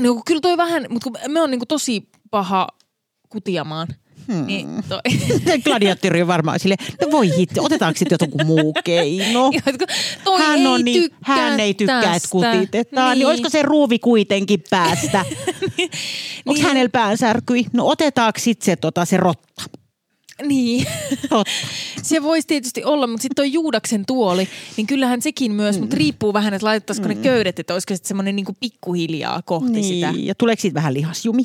C: No, kun kyllä toi vähän, mutta kun me on niinku tosi paha kutiamaan. Hmm. Niin toi,
D: Gladiatori on varmaan sille. No voi hitti, otetaanko sitten joku muu keino?
C: [laughs] Joo, et kun toi
D: No. hän,
C: ei
D: on niin,
C: tykkää
D: hän ei tykkää, että
C: tästä.
D: kutitetaan. Niin.
C: Niin.
D: niin olisiko se ruuvi kuitenkin
C: [laughs]
D: päästä? Onko
C: Niin.
D: hänellä päänsärkyi? No otetaanko sitten se, tota, se rotta?
C: niin.
D: Totta.
C: Se voisi tietysti olla, mutta sitten tuo Juudaksen tuoli, niin kyllähän sekin myös, mm. mutta riippuu vähän, että laittaisiko mm. ne köydet, että olisiko sitten semmoinen niinku pikkuhiljaa kohti niin. sitä.
D: Ja tuleeko siitä vähän lihasjumi?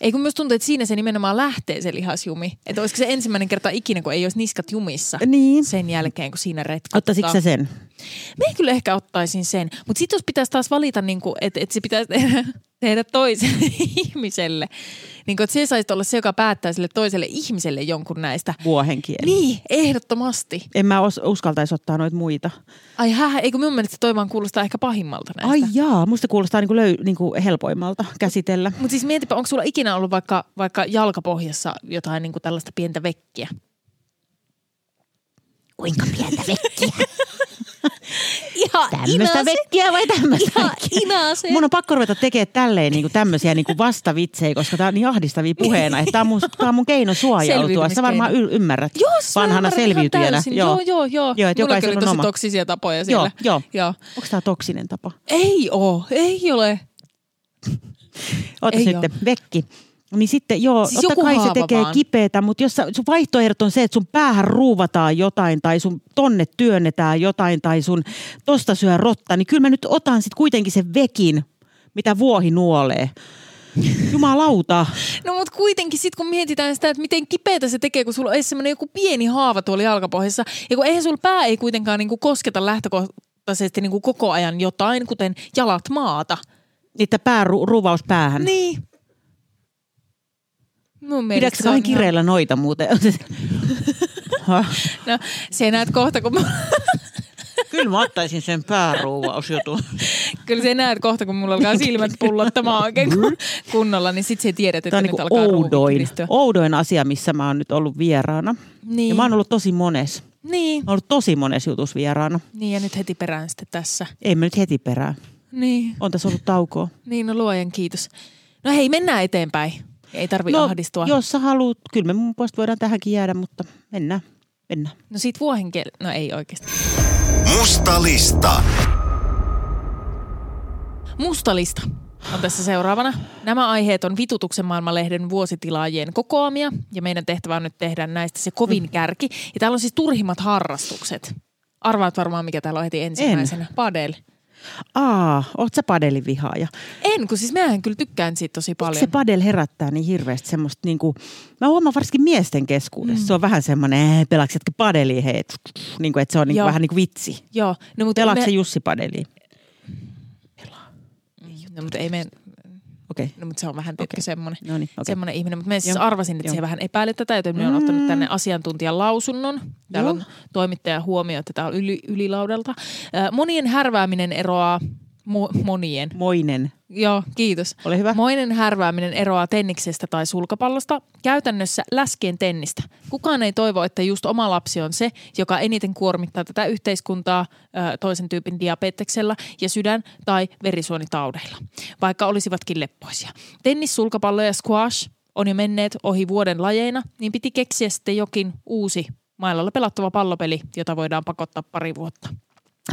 C: Ei kun myös tuntuu, että siinä se nimenomaan lähtee se lihasjumi. Että olisiko se ensimmäinen kerta ikinä, kun ei olisi niskat jumissa
D: Niin.
C: sen jälkeen, kun siinä retkuttaa.
D: Ottaisitko sä sen?
C: Me kyllä ehkä ottaisin sen. Mutta sitten jos pitäisi taas valita, niin että et se pitäisi tehdä, [laughs] tehdä toiselle [laughs] ihmiselle. Niin kun, että se saisi olla se, joka päättää sille toiselle ihmiselle jonkun näistä.
D: Vuohen kieli.
C: Niin, ehdottomasti.
D: En mä os- uskaltaisi ottaa noita muita.
C: Ai häh, eikö mun mielestä toi vaan kuulostaa ehkä pahimmalta näistä.
D: Ai jaa, musta kuulostaa niinku löy- niinku helpoimmalta käsitellä.
C: Mutta siis mietipä, onko sulla ikinä ollut vaikka, vaikka jalkapohjassa jotain niin tällaista pientä vekkiä?
E: Kuinka pientä
C: [laughs]
E: vekkiä?
C: Ihan
D: Tämmöistä vekkiä vai tämmöistä vekkiä?
C: inase.
D: Mun on pakko ruveta tekemään tälleen niinku tämmöisiä niinku vastavitsejä, koska tää on niin ahdistavia puheena. Tämä on, mun, tää on mun keino suojautua. Sä
C: Selviytymiskeino.
D: varmaan y- ymmärrät
C: Jos, mä
D: vanhana
C: ymmärrän ihan
D: selviytyjänä.
C: täysin. Joo, joo, joo.
D: joo että
C: Mullakin
D: jokaisella
C: oli
D: on
C: tosi
D: oma.
C: toksisia tapoja
D: Joo,
C: siellä.
D: joo.
C: joo.
D: Onko tämä toksinen tapa?
C: Ei oo, ei ole.
D: Ota
C: Ei
D: nyt
C: oo.
D: vekki. Niin sitten joo,
C: Siis
D: siis totta
C: joku
D: kai se
C: haava
D: tekee
C: vaan.
D: kipeätä, mutta jos sä, sun vaihtoehdot on se, että sun päähän ruuvataan jotain tai sun tonne työnnetään jotain tai sun tosta syö rotta, niin kyllä mä nyt otan sitten kuitenkin sen vekin, mitä vuohi [laughs] nuolee. Jumalauta.
C: No mut kuitenkin sit kun mietitään sitä, että miten kipeätä se tekee, kun sulla on edes semmonen joku pieni haava tuolla jalkapohjassa. Ja kun eihän sulla pää ei kuitenkaan niinku kosketa lähtökohtaisesti niinku koko ajan jotain, kuten jalat maata.
D: Niitä pääru, ruuvaus päähän. Niin,
C: Niin. Mun mielestä
D: Pidätkö
C: se on
D: vähän
C: ihan-
D: kireillä noita muuten? Ha?
C: No, se näet kohta, kun mä,
D: [laughs] kyllä mä ottaisin sen pääruuvausjutun.
C: kyllä se näet kohta, kun mulla alkaa silmät pullottamaan oikein kun, kunnolla, niin sit se tiedät,
D: Tämä
C: että
D: on
C: nyt
D: niinku
C: alkaa ruuvi
D: oudoin,
C: kiristyä.
D: oudoin asia, missä mä oon nyt ollut vieraana.
C: Niin.
D: Ja mä oon ollut tosi mones. Mä
C: Niin.
D: oon ollut tosi mones jutus vieraana.
C: Niin, ja nyt heti perään sitten tässä.
D: Ei mä nyt heti perään.
C: Niin,
D: On tässä ollut taukoa.
C: niin no luojan kiitos. No hei, mennään eteenpäin. Ei tarvi no, ahdistua.
D: jos sä haluut, kyllä me mun puolesta voidaan tähänkin jäädä, mutta mennään. Mennään.
C: No sit vuohen kiel... No ei oikeasti.
B: Musta lista.
C: Mustalista on tässä seuraavana. Nämä aiheet on Vitutuksen maailmanlehden vuositilaajien kokoamia ja meidän tehtävä on nyt tehdä näistä se
D: Mm.
C: kovin kärki. Ja täällä on siis turhimmat harrastukset. Arvaat varmaan, mikä täällä on heti ensimmäisenä. En. Padel.
D: Aa, oot sä padelin vihaaja?
C: En, kun siis mähän kyllä tykkään siitä tosi
D: Paljon.
C: paljon.
D: Se padel herättää niin hirveästi semmoista niinku, mä huomaan varsinkin miesten keskuudessa. Mm. Se on vähän semmoinen, eh, pelaksetko padeliin hei, tsk, tsk, tsk, niinku, että se on niinku
C: Joo.
D: vähän niinku vitsi.
C: Joo, no mutta...
D: Pelaatko
C: me...
D: me... Jussi padeliin?
C: No mutta ei me...
D: Okei. Okay.
C: No mutta se on vähän tietty okay. semmoinen.
D: No niin, okei.
C: Semmoinen ihminen, mutta mä siis
D: Joo.
C: arvasin, että
D: Joo. Mm.
C: se vähän epäilee tätä, joten minä olen ottanut tänne asiantuntijan lausunnon. Täällä on toimittaja huomio, että tämä on yli, ylilaudelta. Ö, Monien härvääminen eroaa mo, monien.
D: Moinen.
C: Joo, kiitos.
D: Ole hyvä.
C: Moinen härvääminen eroaa tenniksestä tai sulkapallosta, käytännössä läskien tennistä. Kukaan ei toivo, että just oma lapsi on se, joka eniten kuormittaa tätä yhteiskuntaa ö, toisen tyypin diabeteksella ja sydän- tai verisuonitaudeilla, vaikka olisivatkin leppoisia. Tennis, sulkapallo ja squash on jo menneet ohi vuoden lajeina, niin piti keksiä sitten jokin uusi mailalla pelattava pallopeli, jota voidaan pakottaa pari vuotta.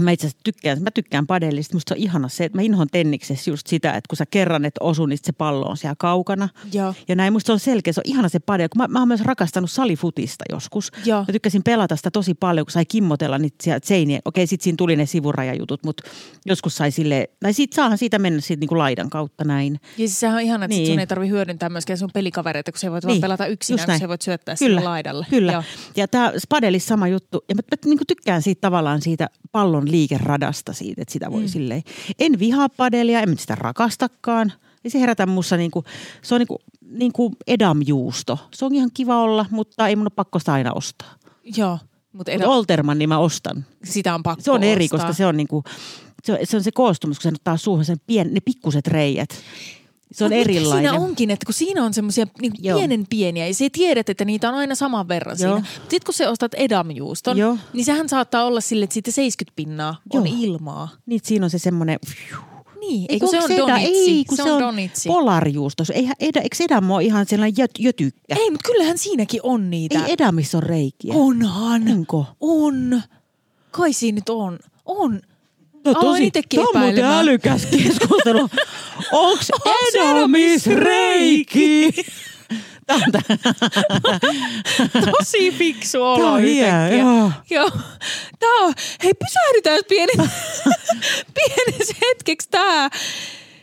D: Mä itse asiassa tykkään, mä tykkään padellista. Musta se on ihana se, että mä inhoan tenniksessä just sitä, että kun sä kerran et osu, niin sit se pallo on siellä kaukana.
C: Joo.
D: Ja näin musta se on selkeä, se on ihana se padel. Kun mä, mä oon myös rakastanut salifutista joskus.
C: Joo.
D: Mä tykkäsin pelata sitä tosi paljon, kun sai kimmotella niitä siellä seiniä. Okei, sit siinä tuli ne sivurajajutut, mutta joskus sai sille, tai sit saahan siitä mennä sit niinku laidan kautta näin.
C: Ja siis sehän on ihana, että niin.
D: Niin.
C: sun ei tarvi hyödyntää myöskään sun pelikavereita, kun sä voit niin. vaan pelata
D: just
C: yksinään, kun
D: näin.
C: sä voit syöttää
D: kyllä,
C: sinne laidalle.
D: Kyllä.
C: Joo.
D: Ja tämä Spadelis sama juttu. Ja mä, mä niin tykkään siitä tavallaan siitä pallon liikeradasta siitä, että sitä voi mm. silleen. En vihaa padelia, en mä sitä rakastakaan. Ei se herätä mussa niinku, se on niinku, niinku edamjuusto. Se on ihan kiva olla, mutta ei mun ole pakko sitä aina ostaa.
C: Joo. Mutta
D: Mutta Olterman niin mä ostan.
C: sitä on pakko
D: Se on eri,
C: ostaa.
D: koska se on niinku, se on se, on se koostumus, kun se ottaa suuhun sen pien, ne pikkuset reijät. Se on
C: Mut mikä
D: erilainen.
C: No Siinä onkin, että kun siinä on semmoisia niin
D: Joo.
C: pienen pieniä, ja sä tiedät, että niitä on aina saman verran
D: Joo.
C: siinä. Sitten kun sä ostat edamjuuston,
D: Joo.
C: niin sehän saattaa olla sille, että siitä 70 pinnaa on
D: Joo.
C: ilmaa.
D: Niin siinä on se semmoinen...
C: Niin,
D: Ei,
C: eikö se on
D: onko edä-
C: donitsi?
D: Ei, kun se, on,
C: donitsi.
D: polarjuusto. Se Eihän edä, eikö edamo ole ihan sellainen jö, jötykkä?
C: Ei, mutta kyllähän siinäkin on niitä.
D: Ei edamissa ole reikiä.
C: Onhan.
D: Onko?
C: On. Kai siinä nyt on. On.
D: No
C: Aloin itsekin
D: Tämä on muuten
C: epäilemään.
D: älykäs [laughs] keskustelu. Onks
C: Onks
D: edamis
C: edamis
D: reiki? Tämä on, tää-
C: Tosi fiksu olo
D: Tää on hieno,
C: yhtäkkiä.
D: joo.
C: Joo. [laughs] Tää on, hei pysähdytään pienen, pienessä hetkeksi tää.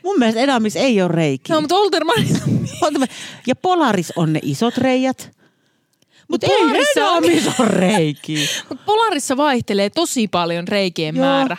D: Mun mielestä Edamis ei ole reikiä.
C: No, mutta Oldermanissa on
D: On tämä- Ja Polaris on ne isot reijät. Mutta ei
C: Polaris on-
D: Edamis on
C: [laughs]
D: reiki.
C: Mut Polarissa vaihtelee tosi paljon reikien
D: Joo.
C: määrä.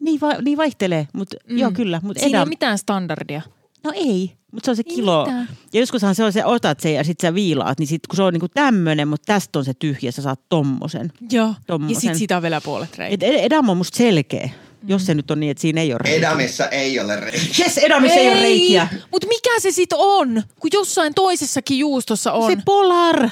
D: Niin, va- niin vaihtelee, mutta mm. joo kyllä. Mut
C: Siinä ei ole
D: edam-
C: mitään standardia.
D: No ei, mutta se on se kilo.
C: mitään.
D: Ja joskushan se on se, otat sen ja sit sä viilaat, niin sit kun se on niinku tämmönen, mutta tästä on se tyhjä, sä saat tommosen.
C: Joo. Ja
D: Tommosen.
C: sit siitä on vielä puolet reikiä.
D: Et ed- edam on musta selkeä, mm. jos se nyt on niin, että siinä ei ole reikiä.
G: Edamissa ei ole reikiä.
D: Yes, edamis ei, ei ole reikiä.
C: Mutta mikä se sit on, kun jossain toisessakin juustossa on?
D: Se polar.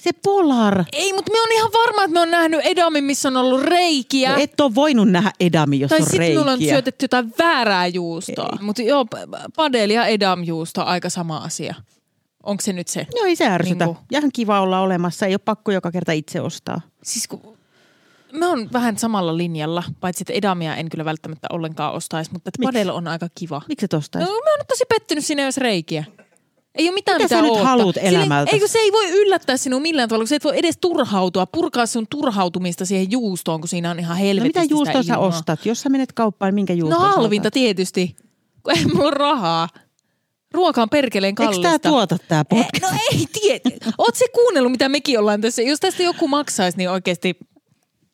D: Se polar.
C: Ei, mutta me on ihan varma, että me on nähnyt edamin, missä on ollut reikiä.
D: No et ole voinut nähdä edami, jos
C: tai
D: on
C: sitten
D: reikiä.
C: on syötetty jotain väärää juustoa. Mutta joo, p- padel ja edamjuusto on aika sama asia. Onko se nyt se?
D: Joo, No ei se ärsytä.
C: Niinku.
D: Ihan kiva olla olemassa, ei ole pakko joka kerta itse ostaa.
C: Siis kun me on vähän samalla linjalla, paitsi että edamia en kyllä välttämättä ollenkaan ostaisi, mutta että
D: Miksi?
C: padel on aika kiva.
D: Miksi et ostaisi?
C: No, mä oon nyt tosi pettynyt sinne, jos reikiä. Ei ole mitään,
D: Mitä
C: mitä,
D: sä nyt
C: oottaa.
D: haluut
C: Silleen-
D: elämältä?
C: Eikö se ei voi yllättää sinua millään tavalla, kun sä et voi edes turhautua, purkaa sun turhautumista siihen juustoon, kun siinä on ihan
D: No
C: helvetisti
D: mitä juustoa
C: sitä
D: sä
C: ilmaa.
D: ostat? Jos sä menet kauppaan, niin minkä
C: No
D: juustoa sä
C: halvinta
D: otat?
C: tietysti, kun ei mulla ole rahaa. Ruoka on perkeleen
D: Eikö
C: kallista.
D: tää tuota tää
C: Eh,
D: podcast?
C: No ei tiedä. Oot se kuunnellut, mitä mekin ollaan tässä? Jos tästä joku maksaisi, niin oikeasti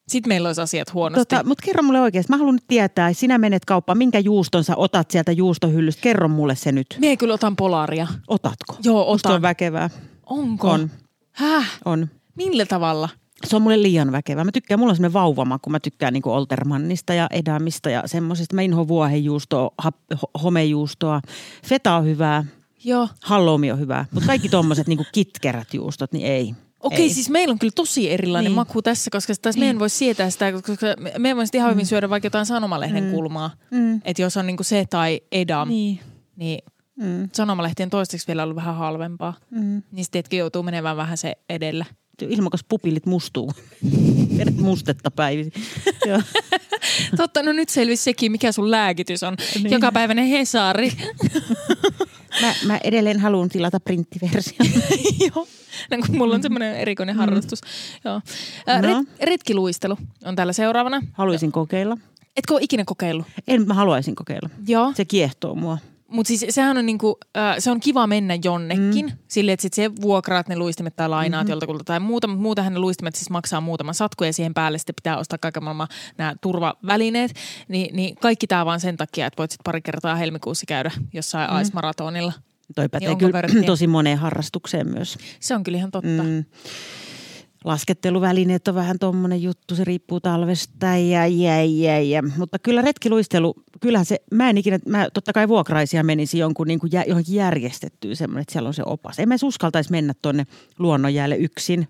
C: sit meillä olisi asiat huonosti.
D: Tota, mutta kerro mulle oikeasti. Mä haluan nyt tietää, sinä menet kauppaan, minkä juuston sä otat sieltä juustohyllystä. Kerro mulle se nyt.
C: Mie kyllä otan polaria.
D: Otatko?
C: Joo,
D: Musta se on
C: otan.
D: väkevää.
C: Onko?
D: On.
C: Häh?
D: On.
C: Millä tavalla?
D: Se on mulle liian väkevää. Mä tykkään, mulla on semmoinen vauvamakku. Mä tykkään niinku Oltermannista ja Edamista ja semmoisesta. Mä inhoan vuohenjuustoa, hap, ho- homejuustoa. Feta on hyvää.
C: Joo.
D: Halloumi on hyvää. Mutta
C: [laughs]
D: kaikki tommoset niinku kitkerät juustot, niin ei.
C: Okei,
D: Ei.
C: siis meillä on kyllä tosi erilainen
D: Niin.
C: niin. maku tässä, koska tässä niin. me en voi sietää sitä, koska me- me ei voi sit ihan hyvin syödä vaikka jotain sanomalehden mm. kulmaa. Mm. Että jos on niinku se tai edam, niin, niin mm. sanomalehtien toistaiseksi vielä ollut vähän halvempaa. Mm. Niin sitten joutuu menemään vähän se [laughs] edellä.
D: Ilmakas pupilit mustuu. [laughs] Vedät mustetta päivisin. Joo. [laughs]
C: Totta, no nyt selvisi sekin, mikä sun lääkitys on. Niin. Jokapäiväinen [laughs] Hesari.
D: Mä, mä edelleen haluan tilata printtiversion.
C: Joo. No, kun mulla on semmoinen erikoinen harrastus. Joo. Ä,
D: No.
C: ret, retkiluistelu on täällä seuraavana.
D: Haluaisin kokeilla.
C: Etkö ole ikinä kokeillut?
D: En, mä haluaisin kokeilla.
C: Joo.
D: Se kiehtoo mua.
C: Mutta siis sehän on niinku, äh, se on kiva mennä jonnekin, mm. sille että sit se vuokraat ne luistimet tai lainaat mm-hmm. joltakulta tai muuta, mutta muutenhan ne luistimet siis maksaa muutaman satku ja siihen päälle sitten pitää ostaa kaiken maailman nämä turvavälineet. Ni, niin kaikki tämä vaan sen takia, että voit sitten pari kertaa helmikuussa käydä jossain mm-hmm. aismaratonilla.
D: Toi pätee
C: Niin, onko
D: kyllä [clears throat]
C: verttiä?
D: tosi moneen harrastukseen myös.
C: Se on kyllä ihan totta. Mm.
D: Mm. Lasketteluvälineet on vähän tommonen juttu, se riippuu talvesta ja jä, jä, jä. Mutta kyllä retkiluistelu, kyllähän se, mä en ikinä, mä totta kai vuokraisia menisin jonkun niin kuin jä, johonkin järjestettyyn semmoinen, että siellä on se opas. En mä edes uskaltaisi mennä tonne luonnonjäälle yksin.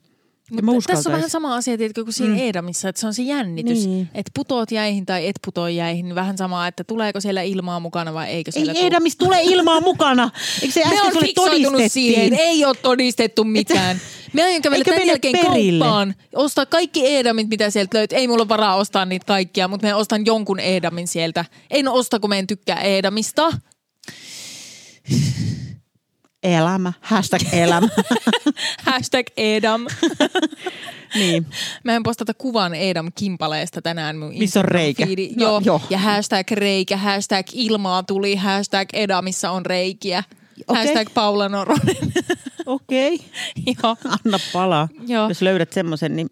D: Mutta mä
C: Mutta tässä on
D: uskaltaisin.
C: vähän sama asia tiedätkö, kuin siinä mm. Eedamissa, että se on se jännitys,
D: Niin.
C: niin. että putoot jäihin tai et putoo jäihin, niin vähän samaa, että tuleeko siellä ilmaa mukana vai eikö siellä
D: Ei Edamis tule ilmaa mukana. Eikö se
C: Me
D: äsken
C: on
D: sulle
C: fiksoitunut siihen,
D: todistettiin?
C: ei ole todistettu mitään. Me aion kävellä
D: Eikö
C: tämän
D: mennä
C: jälkeen
D: perille?
C: kauppaan, ostaa kaikki Eedamit, mitä sieltä löytyy. Ei mulla varaa ostaa niitä kaikkia, mutta mä ostan jonkun Eedamin sieltä. En osta, kun mä en tykkää
D: [laughs]
C: Eedamista.
D: Elämä, hashtag elämä.
C: Hashtag Eedam.
D: [laughs] niin.
C: Mä en postata kuvan Eedam Kimpaleesta tänään. Mun
D: Missä on reikä?
C: Instagram-feedi.
D: No,
C: joo.
D: joo.
C: joo. Ja hashtag reikä, hashtag ilmaa tuli, hashtag Eedamissa on reikiä.
D: Okei.
C: Okay. Hashtag Paula Noronen. [laughs]
D: Okei.
C: joo.
D: Anna palaa.
C: Joo.
D: Jos löydät semmoisen, niin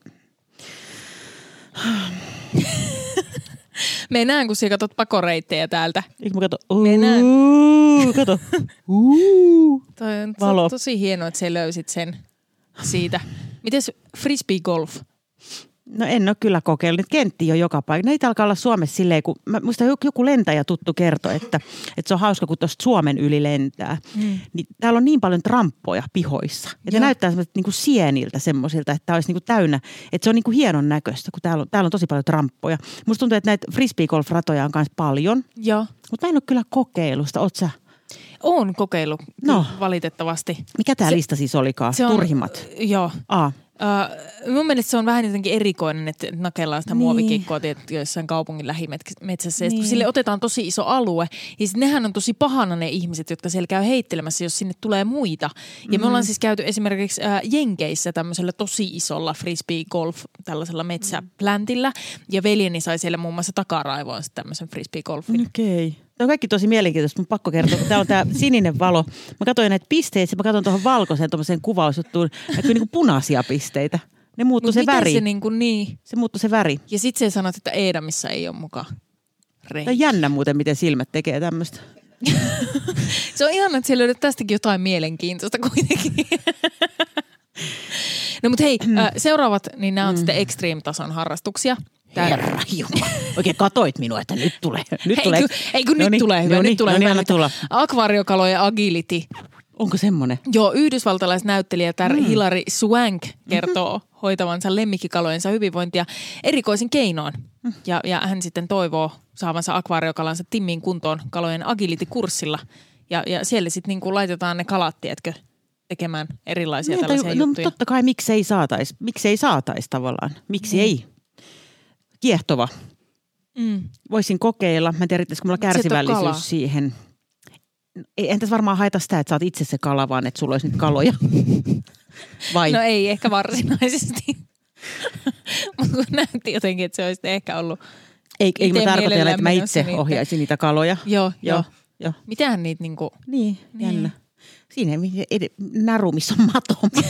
C: Me näen, kun sä katsot pakoreittejä täältä.
D: eikö mä kato?
C: näen.
D: Uuu, kato. Uuu.
C: Toi on to-
D: Valo.
C: tosi hienoa, että sä löysit sen siitä. Mites frisbee golf?
D: No en ole kyllä kokeillut. Kentti on joka paikka. Näitä alkaa olla Suomessa silleen, kun mä muistan joku- joku lentäjä tuttu kertoi, että, että se on hauska, kun tuosta Suomen yli lentää. Mm. Niin täällä on niin paljon tramppoja pihoissa. Ja ne
C: Joo.
D: näyttää semmoiset niinku sieniltä semmoisilta, että tää olisi niinku täynnä. Että se on niinku hienon näköistä, kun täällä on, täällä on tosi paljon tramppoja. Musta tuntuu, että näitä frisbeegolf-ratoja on myös paljon.
C: Joo.
D: Mutta en ole kyllä kokeilusta. Oot sä?
C: Oon kokeillut,
D: No.
C: no. valitettavasti.
D: Mikä tämä lista siis olikaan?
C: Se on,
D: Turhimmat.
C: Joo.
D: Aa,
C: Uh, mun mielestä se on vähän jotenkin erikoinen, että nakellaan sitä niin. muovikikkoa tiedät, joissain kaupungin lähimetsässä. Niin. Kun sille otetaan tosi iso alue. Ja sit nehän on tosi pahana ne ihmiset, jotka siellä käy heittelemässä, jos sinne tulee muita. Ja me ollaan siis käyty esimerkiksi äh, Jenkeissä tämmöisellä tosi isolla frisbee golf tällaisella metsäpläntillä. Ja veljeni sai siellä muun muassa takaraivoon sit tämmöisen frisbee golfin.
D: okei. No kaikki tosi mielenkiintoista, mun pakko kertoa, kun täällä on tämä sininen valo. Mä katsoin näitä pisteitä, mä katson tuohon valkoiseen tuommoiseen kuvausjuttuun, näkyy niinku punaisia pisteitä. Ne muuttui
C: Mut
D: se
C: miten
D: väri.
C: se
D: Se, niin...
C: niin kuin niin?
D: se muuttui se väri.
C: Ja sit sä sanot, että Eedamissa ei ole mukaan.
D: Tämä on jännä muuten, miten silmät tekee tämmöistä.
C: Se on ihana, että siellä löydät tästäkin jotain mielenkiintoista kuitenkin. No mut
D: Mm.
C: hei, äh, seuraavat, niin nämä on sitten extreme-tason harrastuksia. Tää-
D: Herra Jumala. Oikein katoit minua, että nyt
C: [laughs]
D: tulee. Nyt
C: Ei
D: tulee. No niin,
C: kun, ei kun nyt
D: Noniin,
C: tulee hyvä,
D: noniin,
C: nyt tulee
D: noniin,
C: hyvä.
D: anna tulla.
C: Akvaariokalojen agility.
D: Onko semmoinen?
C: Joo, yhdysvaltalaisnäyttelijä tär mm. Hilary Swank kertoo mm-hmm. hoitavansa lemmikkikalojensa hyvinvointia erikoisin keinoin. Ja, ja hän sitten toivoo saavansa akvaariokalansa timmin kuntoon kalojen agility-kurssilla. Ja, ja siellä sitten niinku laitetaan ne kalat, tiedätkö, tekemään erilaisia niin, tällaisia
D: no,
C: juttuja.
D: totta kai, miksei saatais, miksei saatais tavallaan. Miksi niin. ei? Kiehtova.
C: Mm.
D: Voisin kokeilla. Mä en tiedä, riittäisikö mulla
C: Mut se et oo kalaa.
D: kärsivällisyys siihen. No, Ei, entäs varmaan haeta sitä, että sä oot itse se kala, vaan että sulla olisi nyt
C: [laughs]
D: kaloja. Vai?
C: No ei ehkä varsinaisesti. [laughs] Mutta kun näytti jotenkin, että se olisi ehkä ollut.
D: ei, ei mä
C: miten
D: tarkoitan,
C: mielellään
D: että mä
C: menossa
D: itse
C: niitä?
D: ohjaisin niitä kaloja.
C: Joo, joo.
D: joo.
C: Mitähän niitä niinku...
D: Niin, jännä.
C: Niin.
D: Siinä ei ed- naru, missä on mato. [laughs]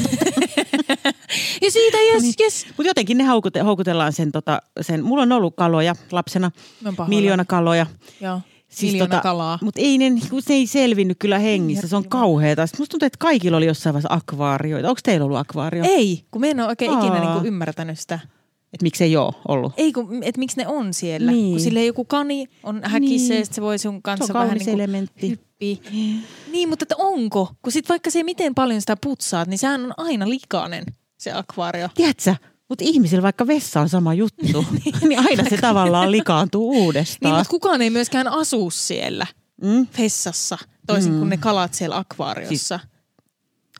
C: Ja siitä, jes, jes.
D: Mutta jotenkin ne haukute, houkutellaan sen, tota, sen, mulla on ollut kaloja lapsena,
C: Mä oon pahoillani.
D: miljoona kaloja.
C: niin. Joo, miljoona kalaa.
D: Mutta Siis tota, ei ne, niinku- se ei selvinnyt kyllä hengissä, se on kauheeta. Sitten musta tuntuu, että kaikilla oli jossain vaiheessa akvaarioita. Onko teillä ollut akvaario?
C: Ei, kun me en ole oikein ikinä
D: Aa.
C: niinku ymmärtänyt sitä.
D: Et miksei joo ollut?
C: Ei, kun, et miksi ne on siellä.
D: Niin.
C: Niin. Kun sille joku kani on häkissä
D: Niin.
C: niin. ja sit se voi sun kanssa
D: Se on
C: vähän niinku
D: kaunis elementti.
C: hyppii. Niin, mutta että onko? Kun sit vaikka se miten paljon sitä putsaat, niin sehän on aina likainen se akvaario.
D: Tiedätkö mutta ihmisillä vaikka vessa on sama
C: [laughs]
D: juttu, niin aina se tavallaan likaantuu
C: Niin,
D: uudestaan.
C: mutta kukaan ei myöskään asu siellä
D: Mm.
C: vessassa, toisin kuin ne kalat siellä akvaariossa.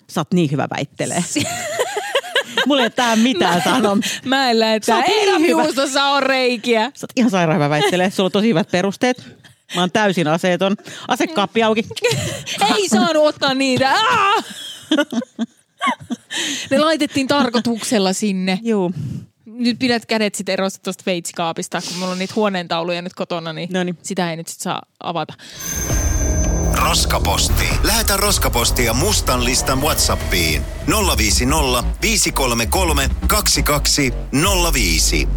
D: Sä oot niin hyvä väittelee.
C: [laughs]
D: Mulla ei ole tähän mitään sanomista.
C: Mä en
D: Sä
C: lähetä.
D: oot niin
C: Ei
D: hyvä.
C: juustossa on reikiä.
D: Sä oot ihan sairaan hyvä väittelee. Sulla on tosi hyvät perusteet. Mä oon täysin aseeton.
C: [laughs]
D: Asekaappi auki.
C: Ei saanut ottaa niitä. Aa! Ne laitettiin tarkoituksella sinne.
D: Juu.
C: Nyt pidät kädet sit erossa tuosta veitsikaapista, kun mulla on niitä huoneentauluja nyt kotona, niin
D: Noniin.
C: sitä ei nyt sit saa avata.
B: Roskaposti. Lähetä roskapostia mustan listan Whatsappiin 050 533 2205.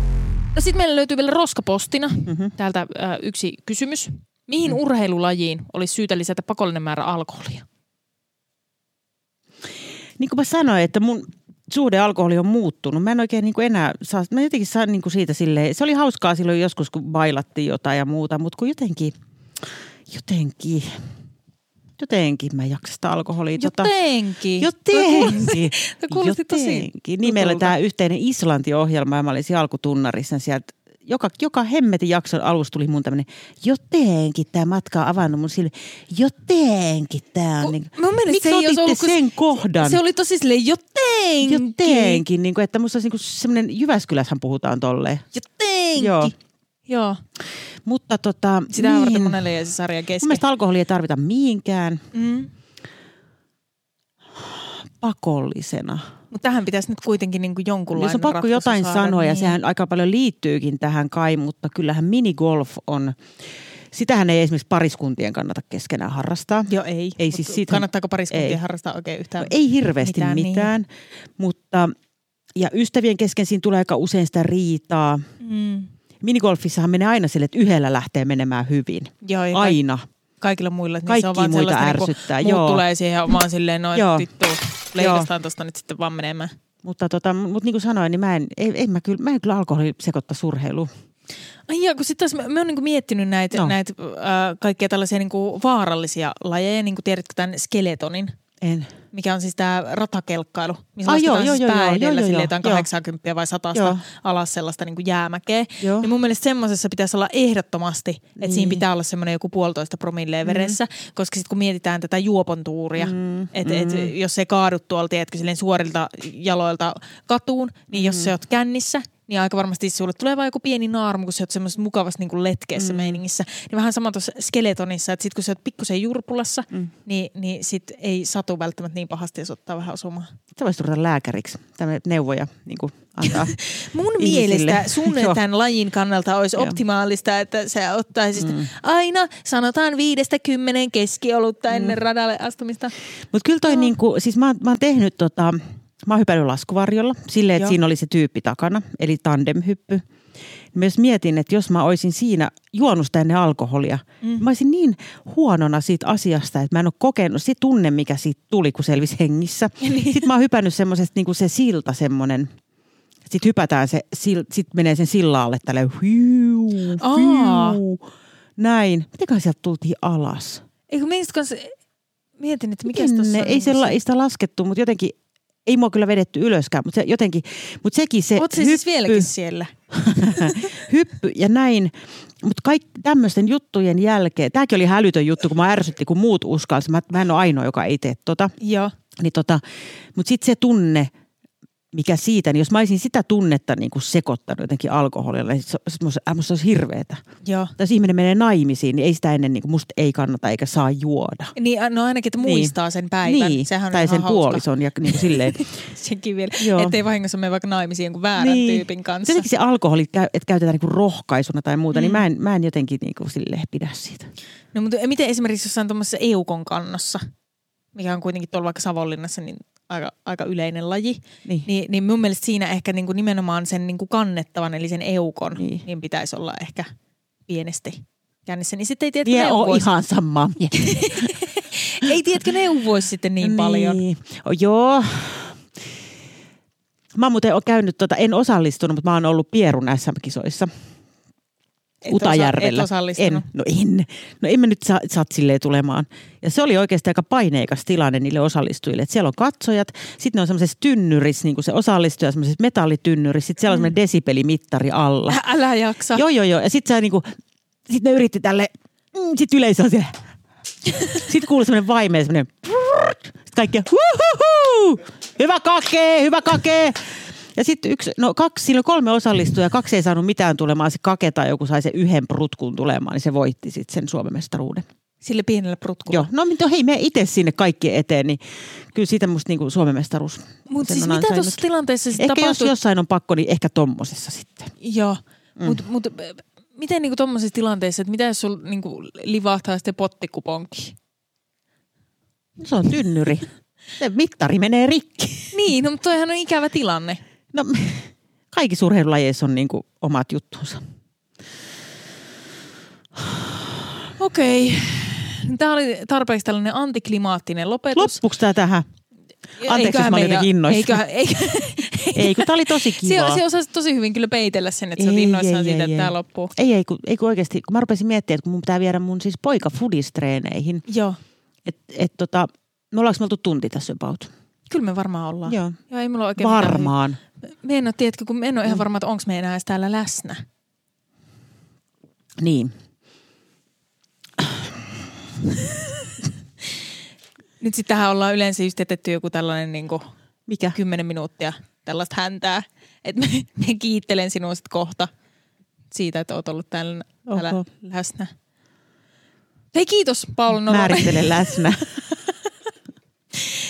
C: No sit meillä löytyy vielä roskapostina mm-hmm. täältä äh, yksi kysymys.
D: Mm.
C: Mihin urheilulajiin olisi syytä lisätä pakollinen määrä alkoholia?
D: Niin kuin mä sanoin, että mun suhde alkoholi on muuttunut. Mä en oikein niin kuin enää saa, mä jotenkin saan niin kuin siitä silleen, se oli hauskaa silloin joskus, kun bailattiin jotain ja muuta, mutta kun jotenkin, jotenkin, jotenkin mä en jaksa sitä alkoholia. tota-
C: Jotenkin. [laughs]
D: Jotenkin.
C: Toi kuulosti tosi
D: Jotenkin. Niin meillä oli
C: tutulta.
D: tämä yhteinen Islanti-ohjelma ja mä olin siellä alkutunnarissa sieltä. Joka, joka hemmetin jakson alussa tuli mun tämmöinen, jotenkin tämä matka on avannut mun sille, jotenkin tämä on.
C: Ku-
D: Niin,
C: mun mielestä
D: miksi
C: se ei olisi
D: otitte
C: ollut, kun
D: sen kohdan?
C: Se oli tosi silleen jotenkin.
D: jotenkin, niin kuin, että musta olisi niin semmoinen, Jyväskylässähän puhutaan tolleen.
C: Jotenkin.
D: Joo.
C: Joo.
D: Mutta tota,
C: Sitä niin. varten
D: mun
C: monelle jäi se sarja kesken.
D: mielestä alkoholia ei tarvita mihinkään
C: Mm.
D: pakollisena.
C: Mutta tähän pitäisi nyt kuitenkin niin kuin jonkunlainen
D: Jos on pakko
C: ratkaisu
D: jotain
C: saada,
D: sanoa, ja
C: niin.
D: sehän aika paljon liittyykin tähän kai, mutta kyllähän minigolf on, sitähän ei esimerkiksi pariskuntien kannata keskenään harrastaa.
C: Joo, ei.
D: Ei
C: Mut
D: siis siitä-
C: Kannattaako pariskuntia
D: ei.
C: ei. harrastaa oikein yhtään?
D: No, ei hirveästi mitään,
C: mitään, niin.
D: mitään niin. mutta ja ystävien kesken siinä tulee aika usein sitä riitaa.
C: Mm.
D: Minigolfissahan menee aina sille, että yhdellä lähtee menemään hyvin.
C: Joo, ei. Ai.
D: Aina.
C: Kaikilla muilla. Niin se
D: Kaikkia
C: on vaan
D: muita
C: sellaista,
D: ärsyttää,
C: Niin
D: joo.
C: muut tulee siihen ja on vaan silleen noin
D: Joo.
C: tyttö. Leikastaan tosta nyt sitten vaan menemään.
D: Mutta tota, mut niin kuin sanoin, niin mä en, ei, en, mä kyllä, mä en kyllä alkoholi sekoittaa surheiluun.
C: Ai joo, kun sitten taas mä, mä oon niinku miettinyt näitä
D: No.
C: no. näit, äh, kaikkia tällaisia niinku vaarallisia lajeja, niin kuin tiedätkö tämän skeletonin,
D: En.
C: mikä on siis tämä ratakelkkailu, missä
D: Ai
C: Ai
D: joo,
C: joo,
D: Ah, joo,
C: siis
D: joo,
C: pää
D: joo, joo,
C: edellä
D: joo, joo.
C: sille jotain
D: Joo.
C: 80 vai 100
D: Joo.
C: alas sellaista niin kuin jäämäkeä.
D: Joo.
C: Niin mun mielestä semmoisessa pitäisi olla ehdottomasti, että niin.
D: Niin.
C: siinä pitää olla semmoinen joku puolitoista promilleen veressä, koska sitten kun mietitään tätä juopontuuria, mm. että et, jos se kaadu tuolta, tiedätkö, silleen suorilta jaloilta katuun, niin mm. jos sä oot kännissä, niin aika varmasti sulle tulee vain joku pieni naarmu, kun sä oot semmoisessa mukavassa niin kuin letkeessä mm. meiningissä. Niin vähän sama tuossa skeletonissa, että sit kun sä oot pikkusen jurpulassa, mm. niin, niin sit ei satu välttämättä niin pahasti, jos ottaa vähän osumaan.
D: Sä voisit ruveta lääkäriksi. Tämä neuvoja niin kuin antaa
C: [laughs] Mun
D: ihmisille.
C: mielestä sun
D: [laughs] Joo.
C: tämän lajin kannalta olisi
D: Joo.
C: optimaalista, että sä ottaisit mm. aina sanotaan viidestä kymmenen keskiolutta ennen
D: Mm.
C: radalle astumista.
D: Mutta kyllä toi niinku, siis mä, oon- mä oon tehnyt tota, mä oon hypännyt laskuvarjolla silleen, että
C: Joo.
D: siinä oli se tyyppi takana, eli tandemhyppy. Myös mietin, että jos mä olisin siinä juonut sitä ennen alkoholia, mm. mä olisin niin huonona siitä asiasta, että mä en ole kokenut se tunne, mikä siitä tuli, kun selvisi hengissä. Niin. Sitten mä oon hypännyt semmoisesta, niin kuin se silta semmoinen, sitten hypätään se, sitten menee sen sillaalle tälle hiu,
C: Aa.
D: hiu, näin. Mitenköhän sieltä tultiin alas?
C: Eikö meistä kanssa, mietin, että mikä
D: Miten
C: tuossa
D: ne?
C: on.
D: Ei, se, la- ei sitä laskettu, mutta jotenkin, ei mua kyllä vedetty ylöskään, mutta se, jotenkin, mutta sekin se
C: Oot se siis vieläkin siellä?
D: hyppy ja näin. Mutta kaikki tämmöisten juttujen jälkeen, tämäkin oli hälytön juttu, kun mä ärsytti, kun muut uskalsi. Mä, mä en ole ainoa, joka ei tee tota.
C: Joo.
D: Niin tota, mutta sitten se tunne, mikä siitä, niin jos mä olisin sitä tunnetta niin kuin sekoittanut jotenkin alkoholilla, niin se, se, musta, äh, musta se olisi hirveetä.
C: Joo.
D: Tai jos ihminen menee naimisiin, niin ei sitä ennen, niin kuin musta ei kannata eikä saa juoda.
C: Niin, no ainakin, että muistaa niin. sen päivän.
D: Niin,
C: Sehän on
D: tai
C: ihan
D: sen
C: hauska.
D: puolison ja niin kuin silleen.
C: Sekin vielä.
D: Joo.
C: Ettei vahingossa mene vaikka naimisiin jonkun väärän niin. tyypin kanssa.
D: Jotenkin se alkoholi, käy- että käytetään niinku rohkaisuna tai muuta, mm. niin mä en, mä en jotenkin niinku sille pidä siitä.
C: No mutta miten esimerkiksi jossain tuommoisessa eukon kannossa, mikä on kuitenkin tuolla vaikka Savonlinnassa niin aika, aika yleinen laji,
D: Niin.
C: niin, niin mun mielestä siinä ehkä niin kuin nimenomaan sen niin kuin kannettavan eli sen eukon,
D: Niin.
C: niin, niin pitäisi olla ehkä pienesti kännissä. Niin sitten ei tiedätkö,
D: Vie on
C: neuvoisi,
D: ihan sama.
C: ei tiedätkö neuvoisi sitten niin, niin. paljon.
D: Niin. O, joo. Mä oon muuten oon käynyt, tota, en osallistunut, mutta mä oon ollut Pierun SM-kisoissa.
C: Et
D: Utajärvellä.
C: Osa, et osallistunut.
D: en, no en. No en mä nyt saa, saat silleen tulemaan. Ja se oli oikeasti aika paineikas tilanne niille osallistujille. Et siellä on katsojat, sitten ne on semmoisessa tynnyrissä, niin kuin se osallistuja semmoisessa metallitynnyrissä, sitten
C: Mm.
D: siellä on semmoinen desibelimittari alla.
C: Ä- Älä jaksa.
D: Joo, joo, joo. Ja sit sä niinku, sit ne yritti tälle, mm, sit yleisö on siellä. Sit kuului semmonen vaimea, semmonen prrrt. sit kaikkia, huuhuhu, hyvä kake, hyvä kake. Ja sitten yksi, no kaksi, siinä oli kolme osallistujaa, kaksi ei saanut mitään tulemaan, se kake tai joku sai sen yhden prutkun tulemaan, niin se voitti sitten sen Suomen mestaruuden.
C: Sille pienelle prutkulle.
D: Joo, no mutta hei, me itse sinne kaikki eteen, niin kyllä siitä musta niinku Suomen mestaruus.
C: Mutta
D: sen
C: siis
D: on
C: mitä
D: ansainnut.
C: tuossa tilanteessa sitten
D: Ehkä
C: tapahtuu?
D: jos jossain on pakko, niin ehkä tommosessa sitten.
C: Joo, mm. mutta mut, miten niinku tuommoisissa tilanteissa, että mitä jos sulla niinku livahtaa sitten pottikuponki?
D: Se on tynnyri. Se mittari menee rikki.
C: Niin, no, mutta toihan on ikävä tilanne.
D: No, kaikissa urheilulajeissa on niinku omat juttunsa.
C: Okei. Tämä oli tarpeeksi tällainen antiklimaattinen lopetus.
D: Loppuks tää tähän? anteeksi,
C: Eiköhän
D: jos mä olin
C: meillä-
D: jotenkin innoissani.
C: Eiköhän, eikä,
D: Ei, kun tää oli
C: [laughs]
D: tosi
C: se,
D: kivaa.
C: se osasi tosi hyvin kyllä peitellä sen, että sä oot innoissaan siitä, että tämä loppuu.
D: Ei, ei kun, ei kun oikeasti, kun mä rupesin miettimään, että kun mun pitää viedä mun siis poika fudistreeneihin,
C: Joo,
D: että et tota, me ollaanko me oltu tunti tässä about?
C: kyllä me varmaan ollaan.
D: Joo.
C: Joo ei mulla oikein mitään-
D: Varmaan. Mm.
C: Me en ole, tiedätkö, kun me en ole ihan varma, että onko me enää edes täällä läsnä.
D: Niin.
C: Nyt sit tähän ollaan yleensä just jätetty joku tällainen niin kuin
D: Mikä?
C: kymmenen minuuttia tällaista häntää. Et me, [laughs] me kiittelen sinua sit kohta siitä, että oot ollut täällä, täällä
D: Ok.
C: läsnä. Hei kiitos Paula Nolanen.
D: Määrittele läsnä.
C: [laughs]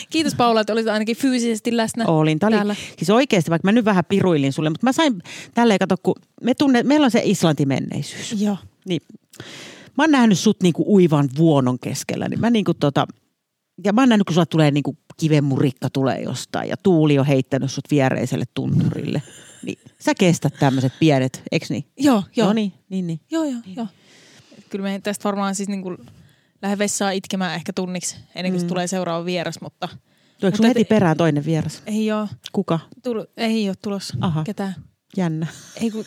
C: Kiitos Paula, että olit ainakin fyysisesti läsnä
D: Olin. Tää
C: täällä.
D: oli, siis oikeasti, vaikka mä nyt vähän piruilin sulle, mutta mä sain tälleen, kato, kun me tunne, meillä on se Islantimenneisyys.
C: Joo.
D: Niin. Mä oon nähnyt sut niinku uivan vuonon keskellä. Niin mä niinku tota, ja mä oon nähnyt, kun sulla tulee niinku kivenmurikka tulee jostain ja tuuli on heittänyt sut viereiselle tunturille. Niin sä kestät tämmöiset pienet, eiks niin?
C: Joo, joo.
D: No niin, niin, niin.
C: Joo, joo, joo. Et Kyllä me tästä varmaan siis niinku lähden vessaan itkemään ehkä tunniksi ennen kuin mm. tulee seuraava vieras, mutta
D: Tuleeko
C: Mutta
D: sun heti
C: et-
D: perään toinen vieras?
C: ei ole,
D: Kuka?
C: tullut, ei ole tulossa
D: Aha.
C: Aha. ketään.
D: Jännä.
C: Ei kun,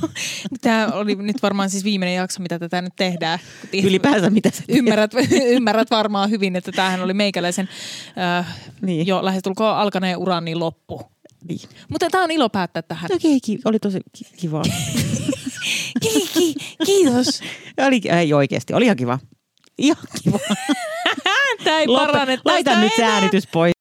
C: [laughs] tämä oli nyt varmaan siis viimeinen jakso, mitä tätä nyt tehdään. Kun tiedät-
D: Ylipäänsä mitä sä teet?
C: Ymmärrät, ymmärrät varmaan hyvin, että tämähän oli meikäläisen äh,
D: Niin.
C: niin. jo lähestulkoon alkaneen uran niin loppu.
D: Niin.
C: Mutta tämä on ilo päättää
D: [laughs]
C: tähän.
D: No keiki, oli tosi ki-
C: [laughs]
D: kivaa.
C: Ki- ki- kiitos.
D: oli, ei oikeasti, oli ihan kiva. Ihan kiva.
C: Tämä ei
D: Lope-
C: parane
D: Laita
C: tästä
D: nyt se
C: enää.
D: äänitys pois.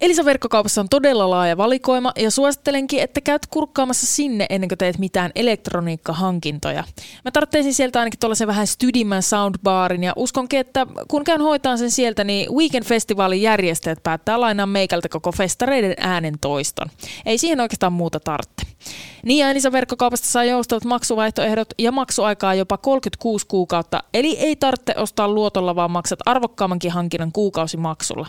C: Elisa verkkokaupassa on todella laaja valikoima ja suosittelenkin, että käyt kurkkaamassa sinne ennen kuin teet mitään elektroniikkahankintoja. Mä tarvitsisin sieltä ainakin tuollaisen vähän stydimmän soundbaarin ja uskonkin, että kun käyn hoitaan sen sieltä, niin Weekend Festivalin järjestäjät päättää lainaa meikältä koko festareiden äänen toiston. Ei siihen oikeastaan muuta tarvitse. Niin ja Elisa verkkokaupasta saa joustavat maksuvaihtoehdot ja maksuaikaa jopa 36 kuukautta, eli ei tarvitse ostaa luotolla, vaan maksat arvokkaammankin hankinnan kuukausimaksulla.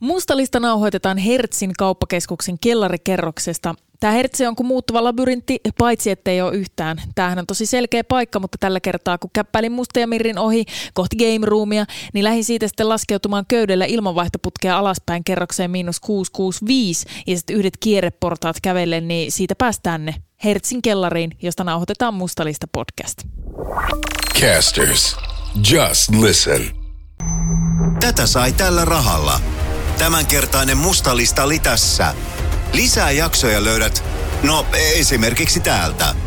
C: Mustalista nauhoitetaan Hertsin kauppakeskuksen kellarikerroksesta. Tämä Hertsi on kuin muuttuva labyrintti, paitsi ettei ole yhtään. Tämähän on tosi selkeä paikka, mutta tällä kertaa kun käppäilin Musta ja Mirrin ohi kohti game roomia, niin lähdin siitä sitten laskeutumaan köydellä ilmanvaihtoputkea alaspäin kerrokseen miinus 665 ja sitten yhdet kierreportaat kävellen, niin siitä päästään ne Hertsin kellariin, josta nauhoitetaan Mustalista podcast.
A: Casters, just listen.
B: Tätä sai tällä rahalla. Tämänkertainen musta lista oli tässä. Lisää jaksoja löydät, no e- esimerkiksi täältä.